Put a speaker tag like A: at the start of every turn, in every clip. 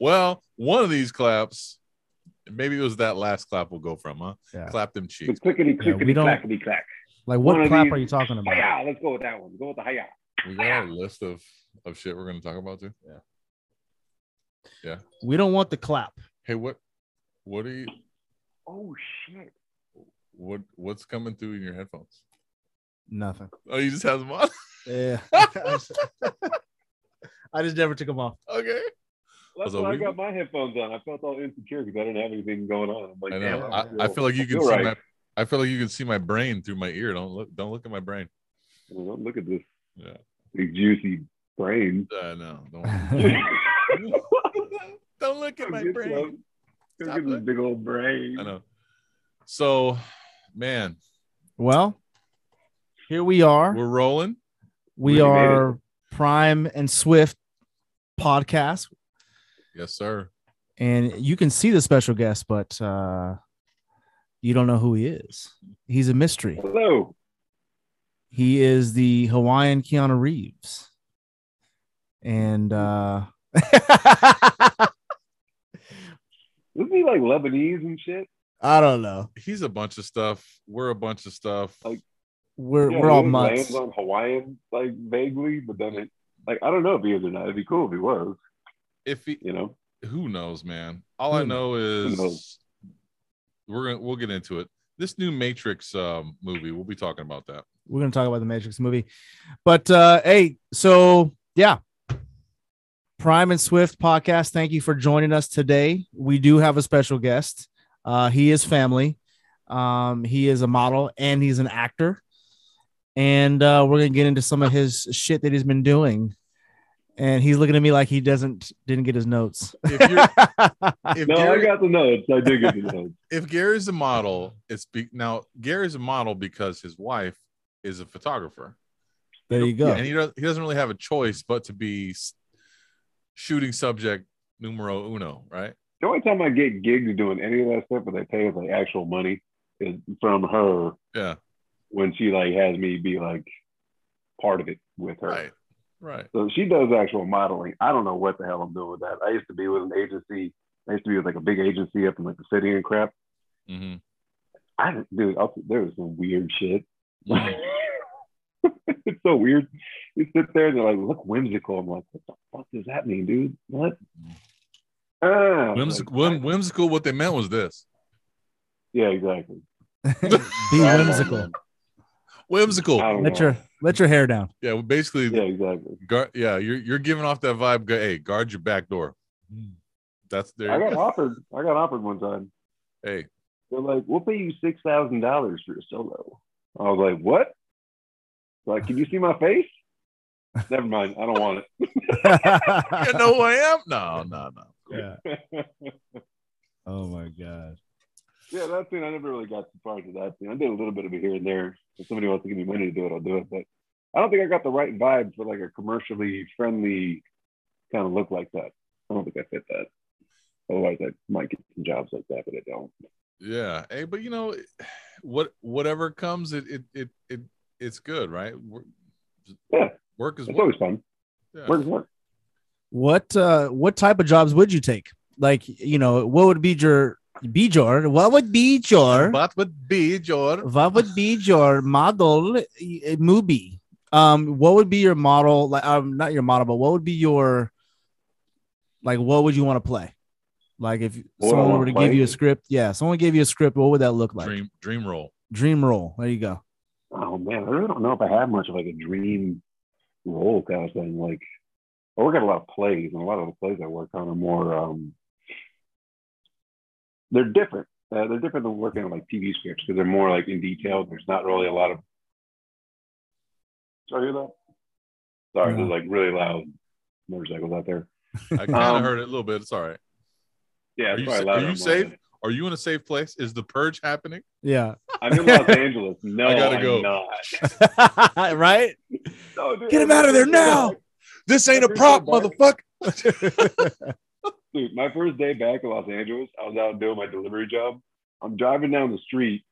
A: Well, one of these claps, maybe it was that last clap we'll go from, huh?
B: Yeah.
A: Clap them
C: The
A: cheeks.
C: clickety
B: Yeah, we
C: clickety
B: don't-
C: clackety clack.
B: Like, what
C: One of
B: clap
C: these-
B: are you talking about?
C: Hiya, let's go with that one. Go with the hiya.
A: We got a list of, of shit we're gonna talk about too. Yeah.
B: We don't want the clap.
A: Hey, what what are you
C: Oh shit.
A: what what's coming through in your headphones?
B: Nothing.
A: Oh, you just have them on?
B: Yeah. I just- I just never took them off.
A: okay.
C: That's
A: So
C: why I
A: we-
C: got my headphones on. I felt all insecure because I didn't have anything going on. I'm like,
A: I
C: damn,
A: know.
C: I,
A: I, I feel like you can
C: feel
A: see
C: right.
A: my I feel like you can see my brain through my ear. Don't look don't look at my brain.
C: Don't look at this
A: Yeah.
C: big juicy brain.
A: Uh, no,
B: I
A: don't don't look at my
C: Look
A: brain.
C: at this- Look
A: Stop
C: at this
A: it.
C: big old brain.
A: I know. So man,
B: Well, here we are.
A: we're rolling.
B: we
C: We made
B: are Prime and Swift podcast,
A: Yes, sir.
B: and you can see the special guest, but uh, you don't know who he is. He's a mystery.
C: Hello.
B: He is the Hawaiian Keanu Reeves, and uh,
C: Isn't he like Lebanese and shit?
B: I don't know.
A: He's a bunch of stuff. We're a bunch of stuff.
C: Like-
B: We're
C: Yeah,
B: we're all
C: he
B: months.
C: Lands on Hawaiian like vaguely, but then it like I don't know if he is or not. It'd be cool if he was.
A: If he,
C: You know,
A: who knows, man. All
B: Who
A: I know is
C: knows?
A: we're gonna we'll get into it. This new Matrix um, movie, we'll be talking about that.
B: We're gonna talk about the Matrix movie, but uh, hey, so yeah, Prime and Swift podcast. Thank you for joining us today. We do have a special guest. Uh, he is family. Um, he is a model and he's an actor, and uh, we're gonna get into some of his shit that he's been doing. And he's looking at me like he doesn't didn't get his notes.
A: If you're if,
C: no, I
A: Gary,
C: got the notes. I did get the notes.
A: if Gary's a model, it's be, now Gary's a model because his wife is a photographer.
B: there you go.
A: and he doesn't he doesn't really have a choice but to be s- shooting subject numero uno, right?
C: The only time I get gigs doing any of that stuff where they pay us like actual money is from her
A: Yeah,
C: when she like has me be like part of it with her.
A: right, right.
C: So she does actual modeling. I don't know what the hell I'm doing with that. I used to be with an agency. I used to be with like a big agency up in like the city and crap.
A: hmm
C: I didn't- dude, up, there was some weird shit. it's so weird. You sit there and they're like, look whimsical. I'm like, what the fuck does that mean, dude? What? Ah,
A: Whimsical,
C: like,
A: Mm. whim- whimsical. What they meant was this:
C: yeah, exactly.
B: Be whimsical.
A: whimsical.
C: I don't
B: Let
C: know.
B: your let your hair down.
A: Yeah, well, basically,
C: Yeah, exactly.
A: guard, yeah, you're you're giving off that vibe. gu- Hey, guard your back door.
B: Mm.
A: That's there.
C: I
A: you
C: got
A: go.
C: offered. I got offered one time.
A: Hey,
C: They're like, we'll pay you six thousand dollars for a solo. I was like, what? Like, can you see my face? Never mind. I don't want
A: you know who I am? No, no, no.
B: Yeah.
C: it.
B: Oh my god.
C: Yeah, that scene I never really got too far into that scene. I did a little bit of it here and there. If somebody wants to give me money to do it, I'll do it. But I don't think I got the right vibe for like a commercially friendly kind of look like that. I don't think I fit that. Otherwise, I might get some jobs like that, but I don't.
A: Yeah. Hey, but you know, what whatever comes, it it it, it it's good, right? Wor-
C: Yeah.
A: Work is
C: It's
A: work.
C: always fun.
A: Yeah.
C: Where's work?
B: what uh what type of jobs would you take like you know what would be your be your what would be your
A: But would be your
B: what would be your model uh, movie um what would be your model like um not your model but what would be your like what would you want to play like if
C: What I
B: someone
C: wanna
B: were to give
C: play?
B: you a script yeah someone gave you a script what would that look like dream,
A: dream dream role.
B: role there you go
C: Oh man, I really don't know if I have much of like a dream role kind of thing. Like I work at a lot of plays, and a lot of the plays I work on are more um they're different. Uh, they're different than working on like TV scripts because they're more like in detail. There's not really a lot of. Sorry, hear that? Sorry,
B: No.
C: there's like really loud motorcycles out there.
A: I kind of
C: Um,
A: heard it a little bit. It's all right.
C: Yeah,
A: Are
C: it's
A: you sa-
C: probably louder
A: are you
C: on my
A: safe?
C: end.
A: Are you in a safe place? Is the purge happening?
B: yeah
C: I'm in Los Angeles. No,
A: I
C: I
A: gotta
C: gotta am
A: go.
C: Not.
B: right
C: No, dude,
B: Get him
C: I-
B: out of there
C: I-
B: now!
A: This ain't a
C: I
A: prop,
C: appreciate that.
A: motherfucker.
C: Dude, my first day back in Los Angeles, I was out doing my delivery job. I'm driving down the street,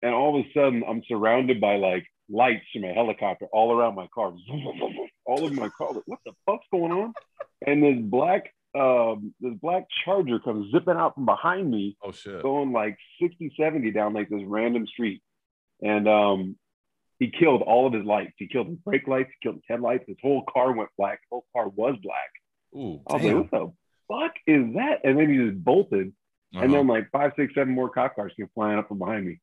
C: and all of a sudden, I'm surrounded by like lights from a helicopter all around my car. All over my car. Like, what the fuck's going on? And this black um, this black charger comes zipping out from behind me,
A: Oh shit.
C: going like 60, 70 down like this random street. And um, he killed all of his lights. He killed his brake lights, he killed his headlights. His whole car went black. His whole car was black.
A: Ooh.
C: I was
A: damn.
C: like, what the fuck is that? And then he just bolted. And
A: Uh-huh.
C: then like five, six, seven more cop cars came flying up from behind me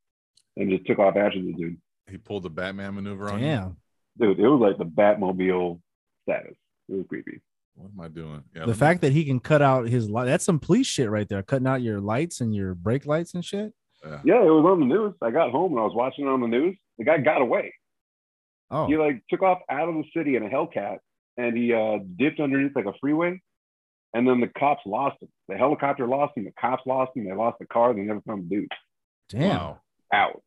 C: and just took off after the dude.
A: he pulled the Batman maneuver on you.
B: Damn.
C: Dude, it was like the Batmobile status. It was creepy.
A: What am I doing? Yeah,
B: The fact that he can cut out his light, that's some police shit right there. Cutting out your lights and your brake lights and shit.
A: that
C: Yeah, it was on the news. I got home and I was watching it on the news. The guy got away.
B: Oh,
C: He like took off out of the city in a Hellcat and he uh, dipped underneath like a freeway. And then the cops lost him. The helicopter lost him. The cops lost him. They lost the car. They never found the dude.
B: damn.
A: Wow.
C: Out.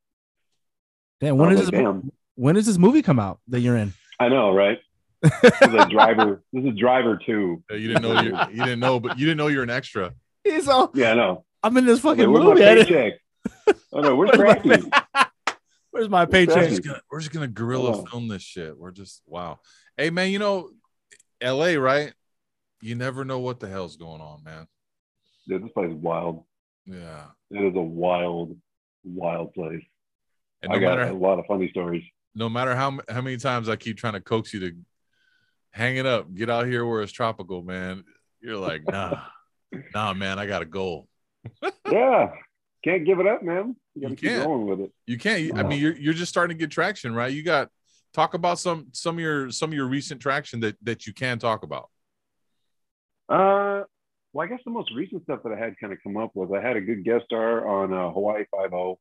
B: Damn. When
C: I
B: is
C: was
B: this?
C: like, Oh, damn.
B: When does this movie come out that you're in?
C: I know, right? This is a driver. This is driver two.
A: Yeah, Uh, you didn't know you you didn't know, but you didn't know you're an extra.
B: He's all.
C: Yeah, I know.
B: I'm in this fucking
C: Like, where's my
B: movie. I didn't-
C: paycheck? I know. Where's
B: Where's my
C: Crafty?
B: pay- Where's my
A: We're
C: Crafty?
B: paycheck?
A: just gonna, we're just gonna gorilla
C: Wow.
A: film this shit. We're just wow. Hey man, you know, L.A. Right? You never know what the hell's going on, man.
C: Dude, this place is wild.
A: Yeah,
C: It is a wild, wild place.
A: and
C: I
A: no
C: got
A: matter
C: a lot of funny stories.
A: no matter how m- how many times I keep trying to coax you to hang it up, get out here where it's tropical, man. You're like, nah, nah, man. I got a goal.
C: yeah, can't give it up, man. You gotta
A: You
C: keep
A: can't.
C: going with it.
A: You can't. you- I
C: Wow.
A: mean, you're you're just starting to get traction, right? You got talk about some some of your some of your recent traction that that you can talk about.
C: Uh, well, I guess the most recent stuff that I had kind of come up was I had a good guest star on uh, Hawaii Five O.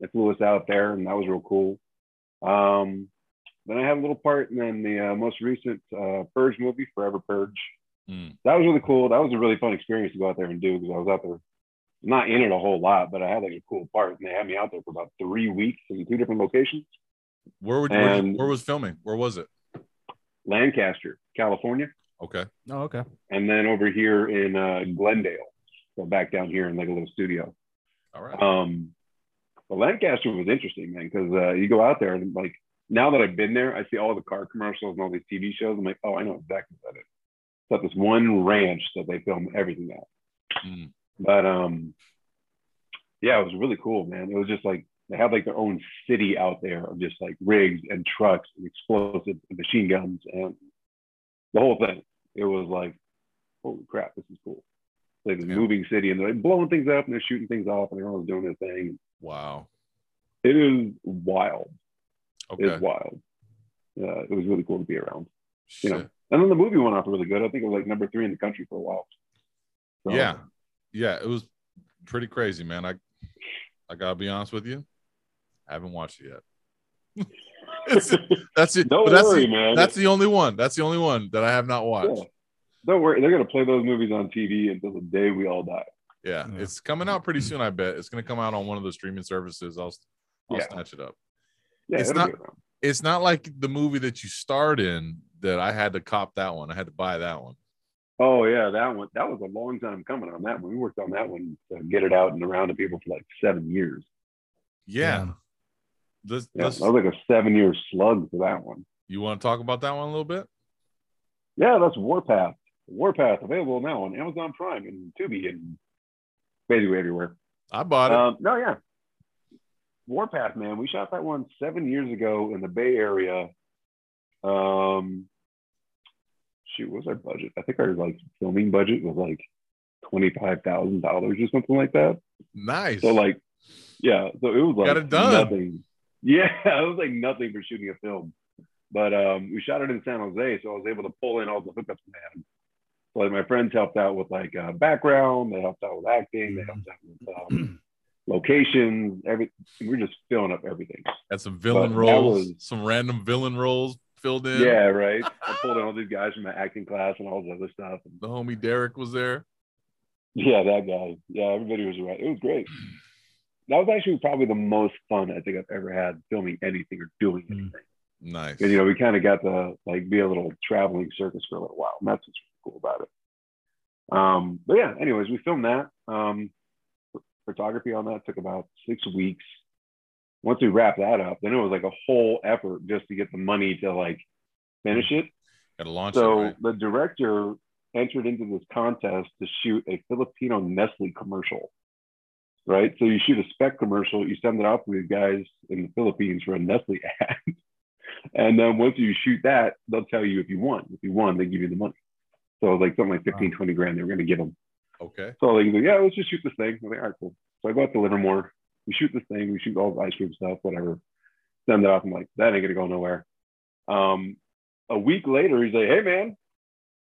C: That flew us out there, and that was real cool. Um, then I had a little part in then the uh, most recent uh, Purge movie, Forever Purge.
A: Mm.
C: That was really cool. That was a really fun experience to go out there and do because I was out there not in it a whole lot, but I had like a cool part, and they had me out there for about three weeks in two different locations.
A: Where would where,
C: And-
A: where was filming? Where was it?
C: Lancaster, California,
A: Okay.
B: Oh, okay.
C: and then over here in uh, Glendale. So back down here in like a little studio.
A: All right.
C: Um, but Lancaster was interesting, man, because uh, you go out there and like now that I've been there, I see all the car commercials and all these TV shows. I'm like, oh, I know exactly what that is. It's at this one ranch that they film everything at.
A: Mm.
C: But um, yeah, it was really cool, man. It was just like they had like their own city out there of just like rigs and trucks and explosives and machine guns and the whole thing. It was like, holy crap, this is cool. It's Like
A: Yeah.
C: a moving city and they're like blowing things up and they're shooting things off and everyone's doing their thing.
A: Wow.
C: It is wild.
A: Okay.
C: It's wild. Uh, it was really cool to be around. you know,
A: Shit.
C: And then the movie went off really good. I think it was like number three in the country for a while. So,
A: Yeah. Yeah. It was pretty crazy, man. I I gotta be honest with you. I haven't watched it yet. It's- that's it.
C: Don't
A: but that's,
C: worry,
A: the,
C: man.
A: that's the only one. That's the only one that I have not watched.
C: Yeah. Don't worry, they're gonna play those movies on TV until the day we all die.
A: Yeah.
B: Yeah.
A: It's coming out pretty soon, I bet. It's gonna come out on one of the streaming services. I'll I'll
C: Yeah.
A: snatch it up.
C: Yeah,
A: It's
C: it'll be
A: not-
C: around.
A: It's not like the movie that you starred in that I had to cop that one. I had to buy that one.
C: Oh yeah, that one. That was a long time coming on that one. We worked on that one to get it out and around to people for like seven years.
A: Yeah.
B: Damn.
A: Let's,
C: Yeah,
A: let's-
C: that was like a seven-year slug for that one.
A: you want to talk about that one a little bit?
C: Yeah, that's Warpath. Warpath available now on Amazon Prime and Tubi and basically everywhere.
A: I bought it.
C: Um, no, yeah. Warpath, man. We shot that one seven years ago in the Bay Area. Um, shoot, what was our budget? I think our like filming budget was like twenty-five thousand dollars or something like that.
A: nice.
C: So like, yeah. So it was like
A: Got it done.
C: nothing. Yeah, it was like nothing for shooting a film. But um, we shot it in San Jose, so I was able to pull in all the hookups we had. So like my friends helped out with like uh, background, they helped out with acting, they helped out with
A: Mm.
C: um, locations. Every we were just filling up everything.
A: Had some villain
C: But that
A: roles,
C: was-
A: some random villain roles filled in.
C: Yeah, right. I pulled in all these guys from my acting class and all this other stuff. And
A: The homie Derek was there.
C: yeah, that guy. Yeah, everybody was right. It was great.
A: Mm.
C: That was actually probably the most fun I think I've ever had filming anything or doing
B: Mm.
C: anything.
A: Nice.
C: And you know, we kind of got to like be a little traveling circus for a little while. And that's what's cool about it. Um, but yeah, anyways, we filmed that. Um, ph- photography on that took about six weeks. Once we wrapped that up, then it was like a whole effort just to get the money to like finish it.
A: Got to launch it.
C: So
A: right?
C: the director entered into this contest to shoot a Filipino Nestle commercial. Right? So you shoot a spec commercial, you send it off to these guys in the Philippines for a Nestle ad. and then once you shoot that, they'll tell you if you won. If you won, they give you the money. So like something like 15, 20 grand, they were gonna give them.
A: Okay.
C: So like, yeah, let's just shoot this thing. I'm like, all right, cool. So I go out to Livermore. We shoot this thing. We shoot all the ice cream stuff, whatever. Send it off. I'm like, that ain't gonna go nowhere. Um, a week later, he's like, hey man,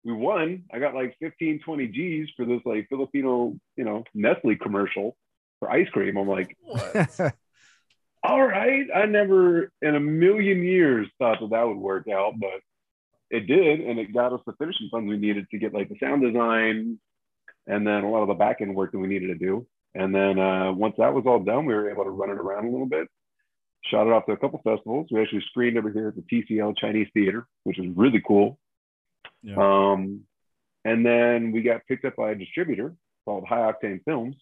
C: we won. I got like 15, 20 G's for this like Filipino, you know, Nestle commercial for ice cream. I'm like,
A: What?
C: all right. I never in a million years thought that that would work out, but it did. And it got us the finishing funds we needed to get like the sound design and then a lot of the back end work that we needed to do. And then uh, once that was all done, we were able to run it around a little bit, shot it off to a couple festivals. We actually screened over here at the TCL Chinese Theater, which was really cool.
D: Yeah.
C: Um, and then we got picked up by a distributor called High Octane Films,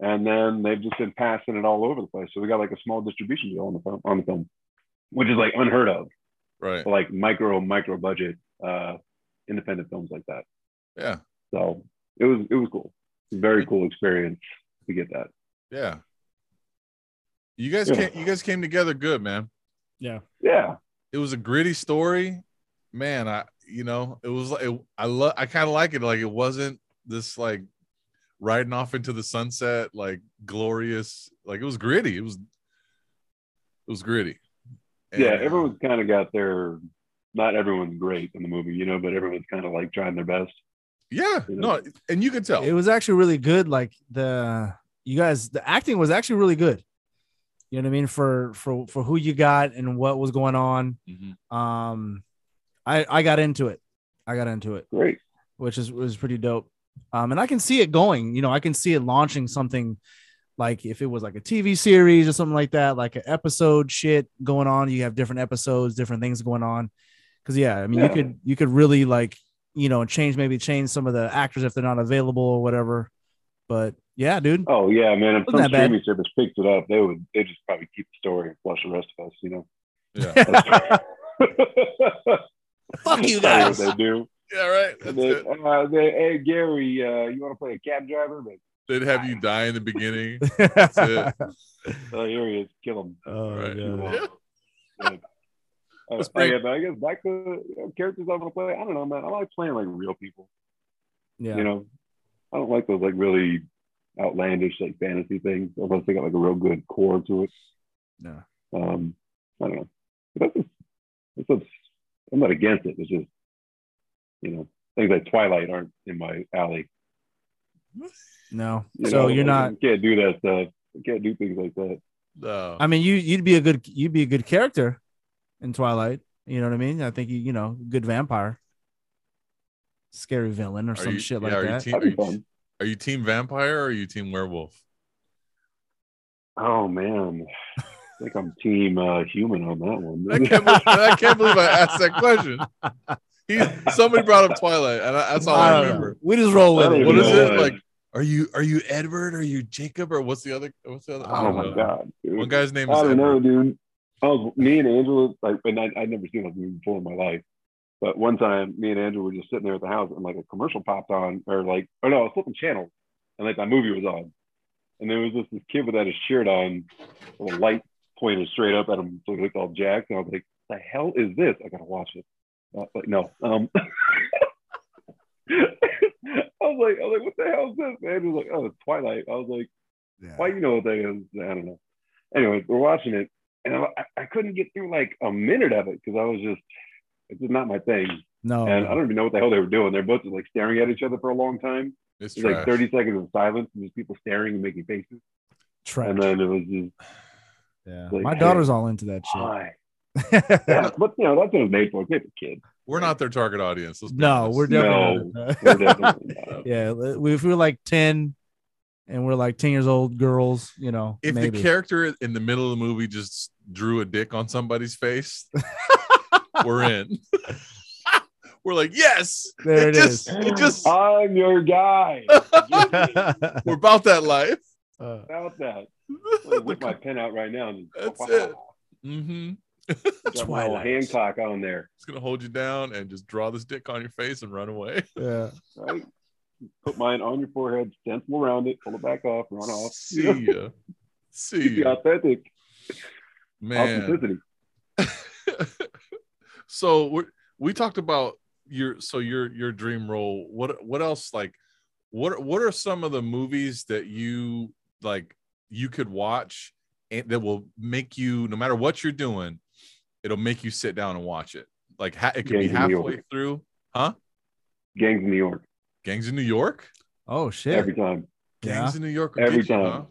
C: and then they've just been passing it all over the place. So we got like a small distribution deal on the film, on the film, which is like unheard of,
A: right.
C: for, like micro micro budget uh, independent films like that.
A: Yeah.
C: So it was it was cool, very cool experience to get that.
A: Yeah. You guys
C: Yeah.
A: came you guys came together good, man.
D: Yeah.
C: Yeah,
A: It was a gritty story. Man, I you know, it was like it- I love I kind of like it like it wasn't this like riding off into the sunset like glorious like it was gritty. It was it was gritty.
C: yeah.
A: And, uh,
C: Everyone's kind of got their. Not everyone's great in the movie, you know, but everyone's kind of like trying their best.
A: Yeah,
C: you
A: no,
C: know.
A: and you could tell.
B: It was actually really good. Like the you guys, the acting was actually really good. You know what I mean for for for who you got and what was going on.
A: Mhm.
B: Um, I I got into it. I got into it,
C: Great.
B: which is was pretty dope. Um, and I can see it going. You know, I can see it launching something like if it was like a TV series or something like that, like an episode shit going on. You have different episodes, different things going on. Because yeah, I mean, you
C: Yeah.
B: could you could really like you know change maybe change some of the actors if they're not available or whatever. But yeah, dude,
C: Oh yeah, man. If
B: Wasn't
C: some
B: that bad.
C: streaming service picked it up, they would they just probably keep the story and flush the rest of us, you know.
A: Yeah,
B: fuck you guys.
C: That's what they do.
A: yeah, right. That's
C: They,
A: it.
C: uh, they, hey Gary, uh, you want to play a cab driver? But
A: They'd have you die in the beginning.
B: oh,
C: uh, here he is, kill him.
A: Right.
D: yeah.
A: Yeah.
C: Uh,
A: That's
C: oh,
A: great.
C: yeah, but I guess back to you know, characters I want to play. I don't know, man. I like playing like real people.
B: Yeah.
C: You know, I don't like those like really outlandish like fantasy things unless they got like a real good core to it.
B: No.
C: Um, I don't know. But that's just, that's just, I'm not against it. It's just, you know, things like Twilight aren't in my alley.
B: No.
C: You
B: so
C: know,
B: you're not.
C: like, you can't do that stuff. You can't do things like that.
A: No.
B: I mean, you you'd be a good you'd be a good character in Twilight. You know what I mean? I think you you know good vampire, scary villain or
A: Are
B: some
A: you-
B: shit
A: yeah,
B: like
A: are you
B: that.
A: team-
C: That'd be fun.
A: Are you team vampire or are you team werewolf?
C: Oh man, I think I'm team uh, human on that one.
A: I can't, believe, I can't believe I asked that question. He, somebody brought up Twilight, and I, that's all
B: I
A: I
B: don't know.
A: remember.
B: Uh, We just roll with
C: I
B: it.
C: don't
A: What
C: even
A: is
C: know
A: it
C: what-
A: like? Are you are you Edward? Are you Jacob? Or what's the other? What's the other? I
C: oh
A: don't
C: my
A: know.
C: god, dude.
A: One guy's name is
C: I don't know,
A: Edward.
C: dude. I was me and Angela, like, and I, I'd never seen this movie before in my life. But one time, me and Angela were just sitting there at the house, and like a commercial popped on, or like, oh no, I was flipping channels, and like that movie was on, and there was just this kid without his shirt on, with a light pointed straight up at him, so he looked all jacked, and I was like, the hell is this? I gotta watch it. Uh, like no, um. I was like, I was like, what the hell is this? And he was like, oh, it's Twilight. I was like, why you know what that is? I don't know. Anyway, we're watching it, and I, I couldn't get through like a minute of it because I was just it's just not my thing,
A: Oh.
B: No,
C: and I don't even know what the hell they were doing. They're both just, like staring at each other for a long time.
A: It's
C: It's
A: trash.
C: like thirty seconds of silence and just people staring and making faces,
B: trash.
C: and then it was just
B: yeah.
C: like- Ah,
B: My daughter's all into that
C: why?
B: shit.
C: Yeah, but you know that's what it's made for. It's made for kids.
A: We're not their target audience. Let's be
B: no,
A: honest.
B: we're definitely.
C: We're
B: not.
C: definitely not.
B: yeah, we- if we were like ten, and we're like ten years old girls, you know,
A: If
B: maybe.
A: the character in the middle of the movie just drew a dick on somebody's face, we're in. we're like, yes,
B: there
A: it
B: it is.
A: just- It just-
C: I'm your guy.
A: we're about that life.
D: Uh,
C: About that, I'm gonna whip my pen out right now. and-
A: That's it. Mm-hmm.
C: Got my old
B: Twilight.
C: Hancock on there,
A: It's gonna hold you down and just draw this dick on your face and run away.
B: Yeah.
C: right? Put mine on your forehead, stencil around it, pull it back off, run off.
A: See ya. See
C: Be
A: ya,
C: authentic,
A: man.
C: authenticity.
A: so we we talked about your so your your dream role. What what else like what what are some of the movies that you like you could watch and that will make you no matter what you're doing, it'll make you sit down and watch it. Like ha- it could be
C: Gangs of New York.
A: halfway through.
C: Gangs in New York
A: Gangs in New York.
B: Oh shit.
C: every time,
B: yeah.
A: Gangs in New York.
C: Every
A: get you,
C: time.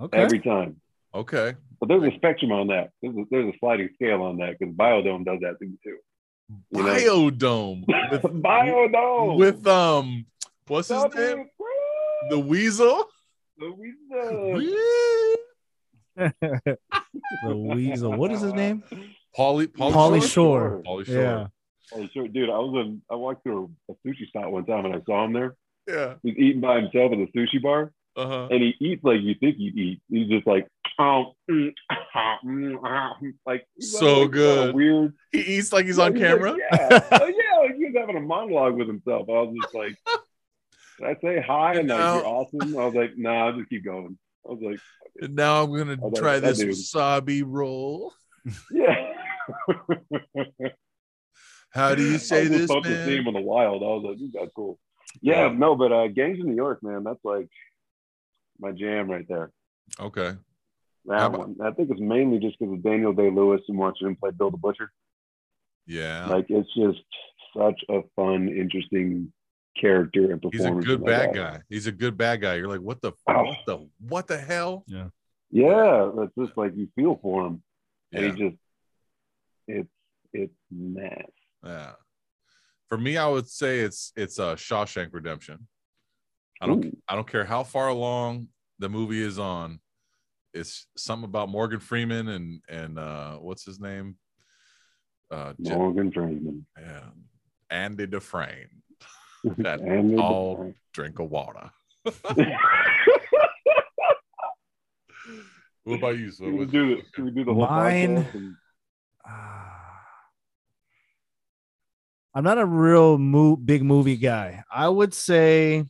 A: huh?
B: Okay.
C: every time.
A: Okay.
C: But there's a spectrum on that. There's a, there's a sliding scale on that because Biodome does that thing too. You know?
A: Biodome with,
C: Biodome
A: with um what's his
C: Double
A: name?
C: Woo!
A: The Weasel.
C: Louisa.
B: the weasel. What is his name?
A: Polly
B: Pauly
A: Polly Shore.
B: Shore.
A: Pauly Shore.
B: Yeah.
C: Oh, sure, dude. I was in, I walked through a sushi spot one time and I saw him there.
A: Yeah.
C: He's eating by himself at the sushi bar,
A: Uh-huh.
C: and he eats like you think he'd eat. He's just like, oh, mm, ah, mm, ah, mm. like he's
A: So
C: like, kinda
A: good.
C: weird.
A: He eats like he's on
C: like,
A: camera.
C: yeah. oh yeah, like he was having a monologue with himself. I was just like, did I say hi? And like,
A: No.
C: you're awesome. I was like, nah, I'll just keep going. I was like,
A: And now I'm gonna
C: Oh, that-
A: try
C: that
A: this
C: dude.
A: wasabi roll.
C: yeah.
A: How do you
C: I
A: say
C: was just
A: this,
C: bumped his
A: man?
C: name in the wild. I was like, you got cool. Yeah, no, but uh, Gangs in New York, man, that's like my jam right there.
A: Okay.
C: That
A: How about-
C: one. I think it's mainly just because of Daniel Day Lewis and watching him play Bill the Butcher.
A: Yeah.
C: Like, it's just such a fun, interesting character and
A: he's a
C: performance.
A: good
C: in
A: bad
C: that
A: guy. He's a good bad guy. You're like, what the
C: Oh.
A: what the what the hell?
C: Yeah, it's just like you feel for him,
A: Yeah.
C: and he just it's it's mad.
A: yeah. For me, I would say it's it's uh Shawshank Redemption. I don't
C: Ooh.
A: I don't care how far along the movie is on. It's something about Morgan Freeman and and uh what's his name? Uh Je-
C: Morgan Freeman.
A: yeah. Andy Dufresne. That
C: And
A: all- Drink a water. What about you? So
C: Should we
A: what's-
C: do the, should we do the whole
B: Mine-
C: podcast and-
B: Ah. I'm not a real mo- big movie guy. I would say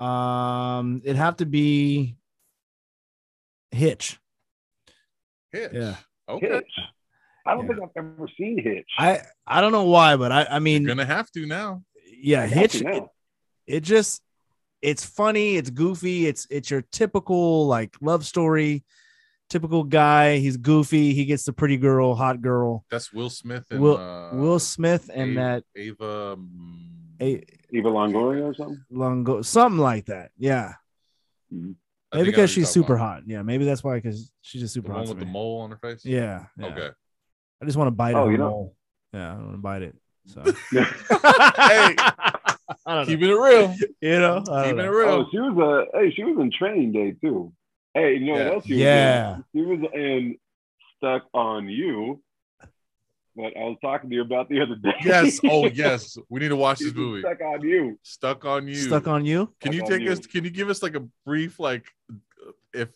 B: um it'd have to be Hitch.
A: Hitch.
B: Yeah.
A: Okay.
C: Hitch. I don't
B: Yeah.
C: think I've ever seen Hitch.
B: I I don't know why, but I I
A: You're
B: mean
A: gonna have to now.
B: yeah,
C: I got
B: Hitch
C: you
B: it,
C: now.
B: it just it's funny, it's goofy, it's it's your typical like love story, typical guy, he's goofy, he gets the pretty girl, hot girl.
A: That's Will Smith and
B: Will-
A: uh,
B: Will Smith and
A: Ava-
B: that
A: Ava. mm,
B: a
C: Eva Longoria or something.
B: Longo, something like that. Yeah.
C: Mm-hmm.
A: I think I know
B: maybe because
A: who you're
B: she's
A: talking
B: super
A: about.
B: hot. Yeah, maybe that's why because she's just super
A: The
B: hot.
A: one
B: to
A: with the
B: me.
A: mole on her face.
B: yeah, yeah.
A: Okay.
B: I just want to bite
C: Oh,
B: her
C: you know-
B: mole. Yeah, I want to bite it. So
A: Hey,
B: I don't know.
A: keeping it real.
B: You know, I don't
A: Keeping it
B: know.
A: real.
C: oh, she was a hey, she was in Training Day too. Hey, you know
A: Yeah.
C: what else she was
B: Yeah.
C: in? She was in Stuck on You. What I was talking to you about the other day.
A: yes. Oh, yes. We need to watch
C: She
A: this
C: was in
A: movie.
C: Stuck on You.
A: Stuck on you.
B: stuck on you.
A: Can you
C: Stuck on
A: take
C: You.
A: us? Can you give us like a brief, like, if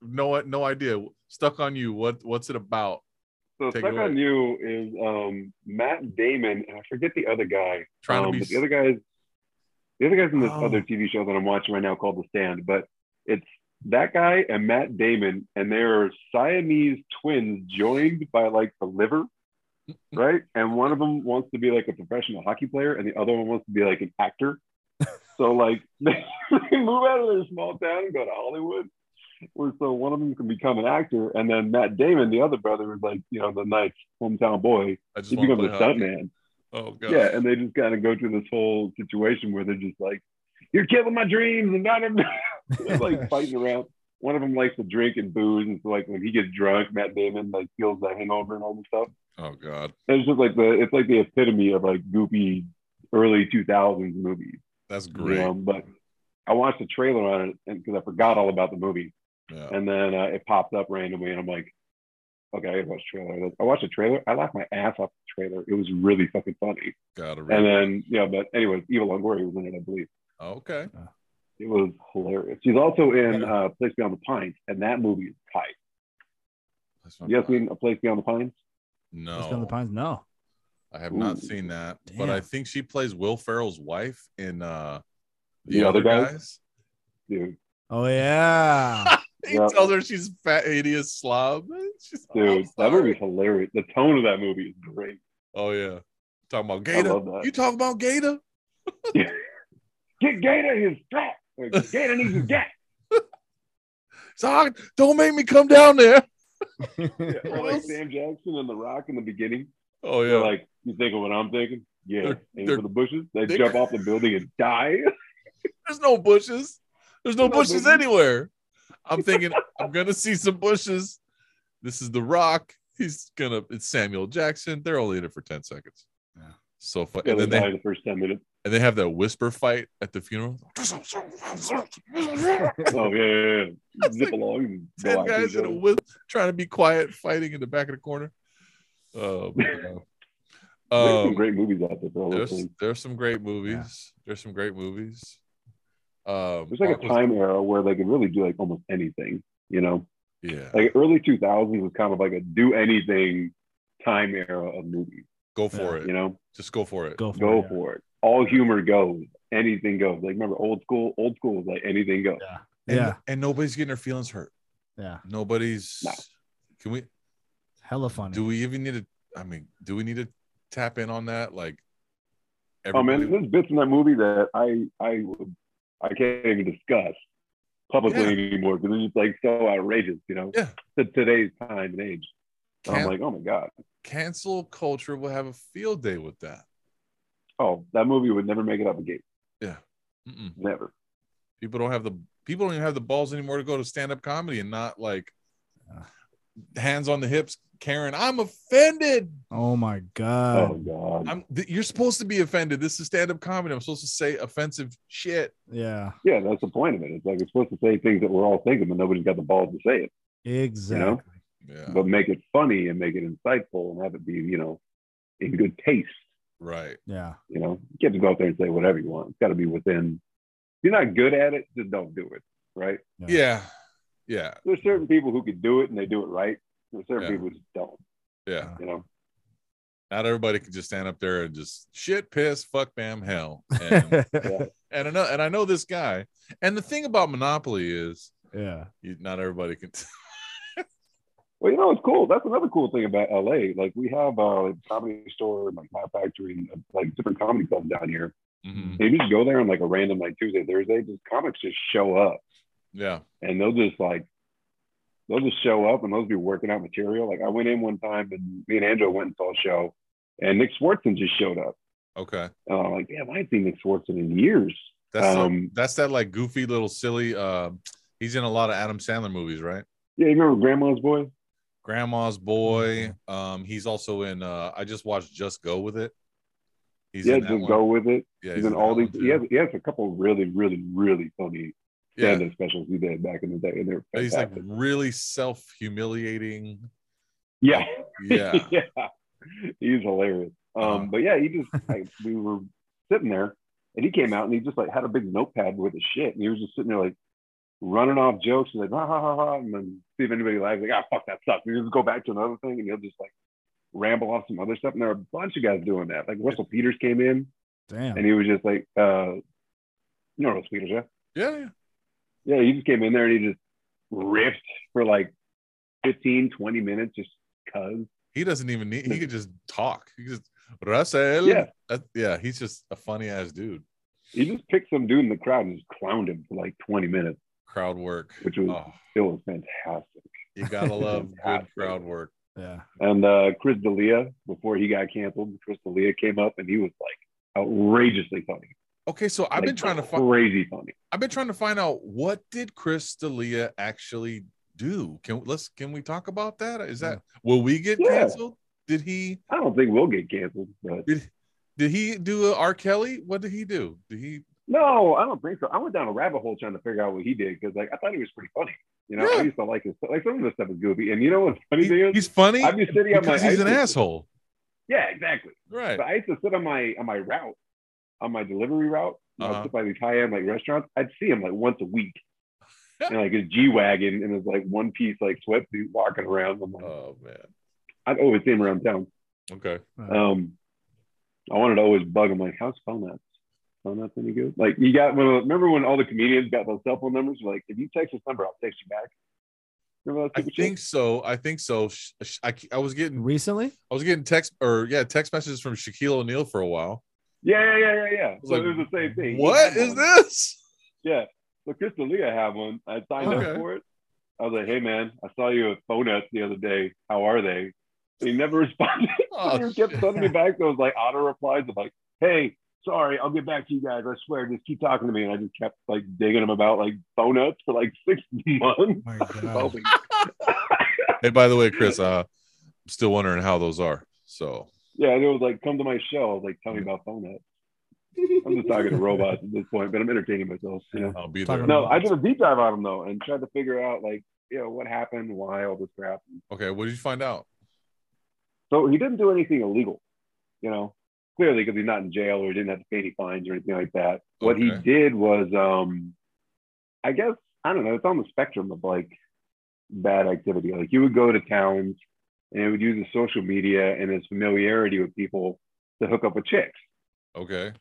A: no, no idea. Stuck on you. What? What's it about?
C: So
A: Take it
C: Stuck
A: away.
C: on You is um, Matt Damon and I forget the other guy.
A: Trying
C: Um,
A: to be.
C: but the other guys the other guys in this
B: Oh.
C: other tv show that i'm watching right now called the stand but it's that guy and matt damon and they're siamese twins joined by like the liver right and one of them wants to be like a professional hockey player and the other one wants to be like an actor so like they move out of their small town and go to hollywood where so one of them can become an actor and then matt damon the other brother is like you know the nice hometown boy
A: I just
C: he
A: want to
C: becomes
A: play
C: a
A: hockey.
C: stuntman
A: Oh god.
C: yeah, and they just kind of go through this whole situation where they're just like, "You're killing my dreams," and not they're like fighting around. One of them likes to drink and booze, and so like when he gets drunk, Matt Damon like feels that hangover and all this stuff.
A: Oh god.
C: And it's just like the it's like the epitome of like goopy early two thousands movies.
A: That's
C: you
A: great.
C: know? But I watched the trailer on it because I forgot all about the movie.
A: Yeah.
C: And then uh, it popped up randomly, and I'm like, okay, I gotta watch the trailer. I watched the trailer. I laughed my ass off the trailer. It was really fucking funny.
A: Gotta read.
C: And then, yeah, but anyway, Eva Longoria was in it, I believe.
A: okay.
C: It was hilarious. She's also in uh, Place Beyond the Pines, and that movie is tight.
A: That's not
C: You guys seen a place beyond the pines?
B: Place Beyond
A: no,
B: the Pines. No.
A: I have not
C: Ooh.
A: seen that, but I
B: Damn.
A: think she plays Will Ferrell's wife in uh, the,
C: The
A: other,
C: Other Guys?
A: guys.
C: Dude,
B: Oh yeah.
A: He
C: Yeah.
A: tells her she's fat, hideous slob. She's, "I'm
C: dude, that
A: sorry."
C: movie's hilarious. The tone of that movie is great.
A: Oh yeah, talking about
C: love
A: Gator.
C: that.
A: You talk about Gator.
C: Get Gator his strap. Or, Gator needs his gat.
A: So don't make me come down there.
C: Or like Sam Jackson and The Rock in the beginning.
A: Oh yeah,
C: They're like, you thinking what I'm thinking? Yeah.
A: They're-
C: Aim
A: they're-
C: for the bushes. They
A: they're-
C: jump off the building and die.
A: there's no bushes. There's no
C: No
A: bushes
C: bushes.
A: anywhere. I'm thinking I'm gonna see some bushes. This is The Rock. He's gonna. It's Samuel Jackson. They're only in it for ten seconds. Yeah. So fun.
C: Yeah,
A: and
C: they
A: then they
C: die in the first 10 minutes.
A: and they have that whisper fight at the funeral.
C: Oh, yeah, yeah, yeah.
A: That's
C: Zip
A: like
C: along and go
A: Ten
C: after
A: guys
C: each
A: in a
C: other.
A: whip, trying to be quiet, fighting in the back of the corner. Oh, man.
C: There's
A: Um,
C: some great movies out there for all those
A: there's
C: things.
A: there's some great movies. There's some great movies. Um,
C: There's like a
A: Marcus-
C: time era where they could really do like almost anything, you know?
A: Yeah,
C: Like early 2000s was kind of like a do anything time era of movies,
A: go for it.
C: you know?
A: Just go for it.
B: Go for
C: Go
B: it.
C: for it. All humor goes. Anything goes. Like remember old school? Old school was like anything goes.
B: Yeah.
A: And,
B: Yeah.
A: and nobody's getting their feelings hurt.
B: Yeah.
A: Nobody's.
C: No.
A: Can we?
B: Hella funny.
A: Do we even need to? I mean, do we need to tap in on that? Like,
C: Oh
A: everybody,
C: man, there's bits in that movie that I I would- I can't even discuss publicly
A: Yeah.
C: anymore because it's just like so outrageous, you know,
A: Yeah.
C: to today's time and age. And I'm
A: Can't-
C: like, oh my god,
A: cancel culture will have a field day with that.
C: oh that movie would never make it up again,
A: Mm-mm.
C: never.
A: people don't have the people don't even have the balls anymore to go to stand up comedy and not like
B: Yeah.
A: hands on the hips karen i'm offended
B: oh my
C: Oh
A: Uh,
B: god.
C: god,
A: i'm th- you're supposed to be offended this is stand up comedy i'm supposed to say offensive shit
B: Yeah.
C: yeah, that's the point of it. It's like it's supposed to say things that we're all thinking, but nobody's got the balls to say it,
B: Exactly.
A: yeah
C: but make it funny and make it insightful and have it be, you know, in good taste.
A: right
B: Yeah.
C: You know, you can't just go out there and say whatever you want. It's got to be within. If you're not good at it, just don't do it, right?
A: yeah yeah
C: there's certain people who could do it and they do it right. There's certain
A: Yeah.
C: people who just don't,
A: yeah
C: you know.
A: not everybody can just stand up there and just shit piss fuck bam hell and, and i know and i know this guy and the thing about monopoly is
B: yeah.
A: you, not everybody can
C: Well, you know, it's cool. That's another cool thing about LA. Like we have uh, like, a comedy store and like my factory and uh, like different comedy clubs down here.
A: Mhm.
C: And you just go there on like a random like Tuesday, Thursday, just comics just show up
A: yeah
C: and they'll just like they'll just show up and they'll be working out material. Like I went in one time and me and Angela went and saw a show and Nick Swartzen just showed up.
A: okay
C: And I'm like, damn, I ain't seen Nick Swartzen in years.
A: That's
C: Um,
A: like, that's that like goofy little silly. Uh, he's in a lot of Adam Sandler movies, right?
C: Yeah, you remember Grandma's Boy?
A: Grandma's Boy. Um, he's also in. Uh, I just watched Just Go with It. He's
C: yeah,
A: in that
C: just
A: one.
C: go with it.
A: Yeah,
C: he's
A: in
C: in all
A: that
C: these.
A: one too.
C: He has, he has a couple of really, really, really funny
A: yeah.
C: stand-up specials he did back in the day, and they're
A: But he's like
C: fantastic.
A: really self humiliating.
C: yeah,
A: Yeah,
C: yeah, he's hilarious. Um,
A: Uh-huh.
C: but yeah, he just like we were sitting there, and he came out and he just like had a big notepad with his shit, and he was just sitting there like running off jokes and like ha ha ha ha, and then see if anybody laughs. Like ah fuck that sucks. And he'll just go back to another thing, and he'll just like ramble off some other stuff. And there are a bunch of guys doing that. Like Russell Peters came in,
B: Damn.
C: and he was just like, uh, you know Russell Peters, yeah.
A: yeah, yeah.
C: Yeah, he just came in there and he just riffed for like 15, 20 minutes just because.
A: He doesn't even need. He could just talk. He could just Russell.
C: Yeah.
A: That- yeah. He's just a funny ass dude.
C: He just picked some dude in the crowd and just clowned him for like 20 minutes,
A: Crowd work.
C: which was
A: Oh,
C: it was fantastic.
A: you gotta love good crowd work.
B: yeah.
C: And uh, Chris D'Elia, before he got canceled, Chris D'Elia came up and he was like outrageously funny.
A: Okay, so I've been
C: Like, oh.
A: trying to find.
C: crazy funny.
A: I've been trying to find out what did Chris D'Elia actually do. Can let's can we talk about that? Is that will we get
C: Yeah.
A: canceled? Did he
C: I don't think we'll get canceled, but
A: did, did he do a R. Kelly? What did he do? Did he
C: no, I don't think so. I went down a rabbit hole trying to figure out what he did because like I thought he was pretty funny. You know,
A: Yeah.
C: I used to like his like some of the stuff is goofy. And you know what's funny
A: he-
C: thing is?
A: he's funny
C: I'd be sitting on my
A: because he's an
C: iPhone-
A: asshole.
C: Yeah, exactly.
A: Right.
C: But I used to sit on my on my route, on my delivery route. You know,
A: Uh-huh.
C: I'd sit by these high end like restaurants. I'd see him like once a week, and like his G wagon and his like one piece like sweat suit walking around. I'm like,
A: Oh man.
C: I'd always see him around town.
A: Okay.
C: Um, I wanted to always bug him like, how's phone nuts? Phone nuts any good? Like you got when remember when all the comedians got those cell phone numbers? Like if you text this number, I'll text you back. Remember that
A: I
C: stupid shit?
A: think so. I think so. Sh- sh- I, I was getting
B: Recently?
A: I was getting text or yeah text messages from Shaquille O'Neal for a while.
C: Yeah, yeah, yeah, yeah, yeah.
A: was
C: So
A: like,
C: it was the same thing. He
A: What
C: had
A: is
C: one.
A: this?
C: Yeah. So Crystal Leah had one. I signed
A: Okay.
C: up for it. I was like, hey man, I saw you at phone nuts the other day. How are they? And he never responded.
A: Oh,
C: he kept
A: shit.
C: sending me back those like auto replies of like, hey, sorry, I'll get back to you guys. I swear, just keep talking to me. And I just kept like digging him about like phone nuts for like six months.
B: My
A: Oh,
C: Hoping-
A: Hey, by the way, Chris, uh, I'm still wondering how those are. So
C: yeah, and it was like, come to my show. I was like, tell me about phone nuts. I'm just talking to robots at this point, but I'm entertaining myself. You know?
A: I'll be
B: Talking
A: there.
B: about-
C: No, I did a deep dive on them though and tried to figure out like, you know, what happened, why all this crap.
A: Okay, what did you find out?
C: So he didn't do anything illegal, you know, clearly because he's not in jail or he didn't have to pay any fines or anything like that. What he
A: Okay.
C: did was, um, I guess, I don't know, it's on the spectrum of like bad activity. Like he would go to towns and he would use his social media and his familiarity with people to hook up with chicks.
A: Okay,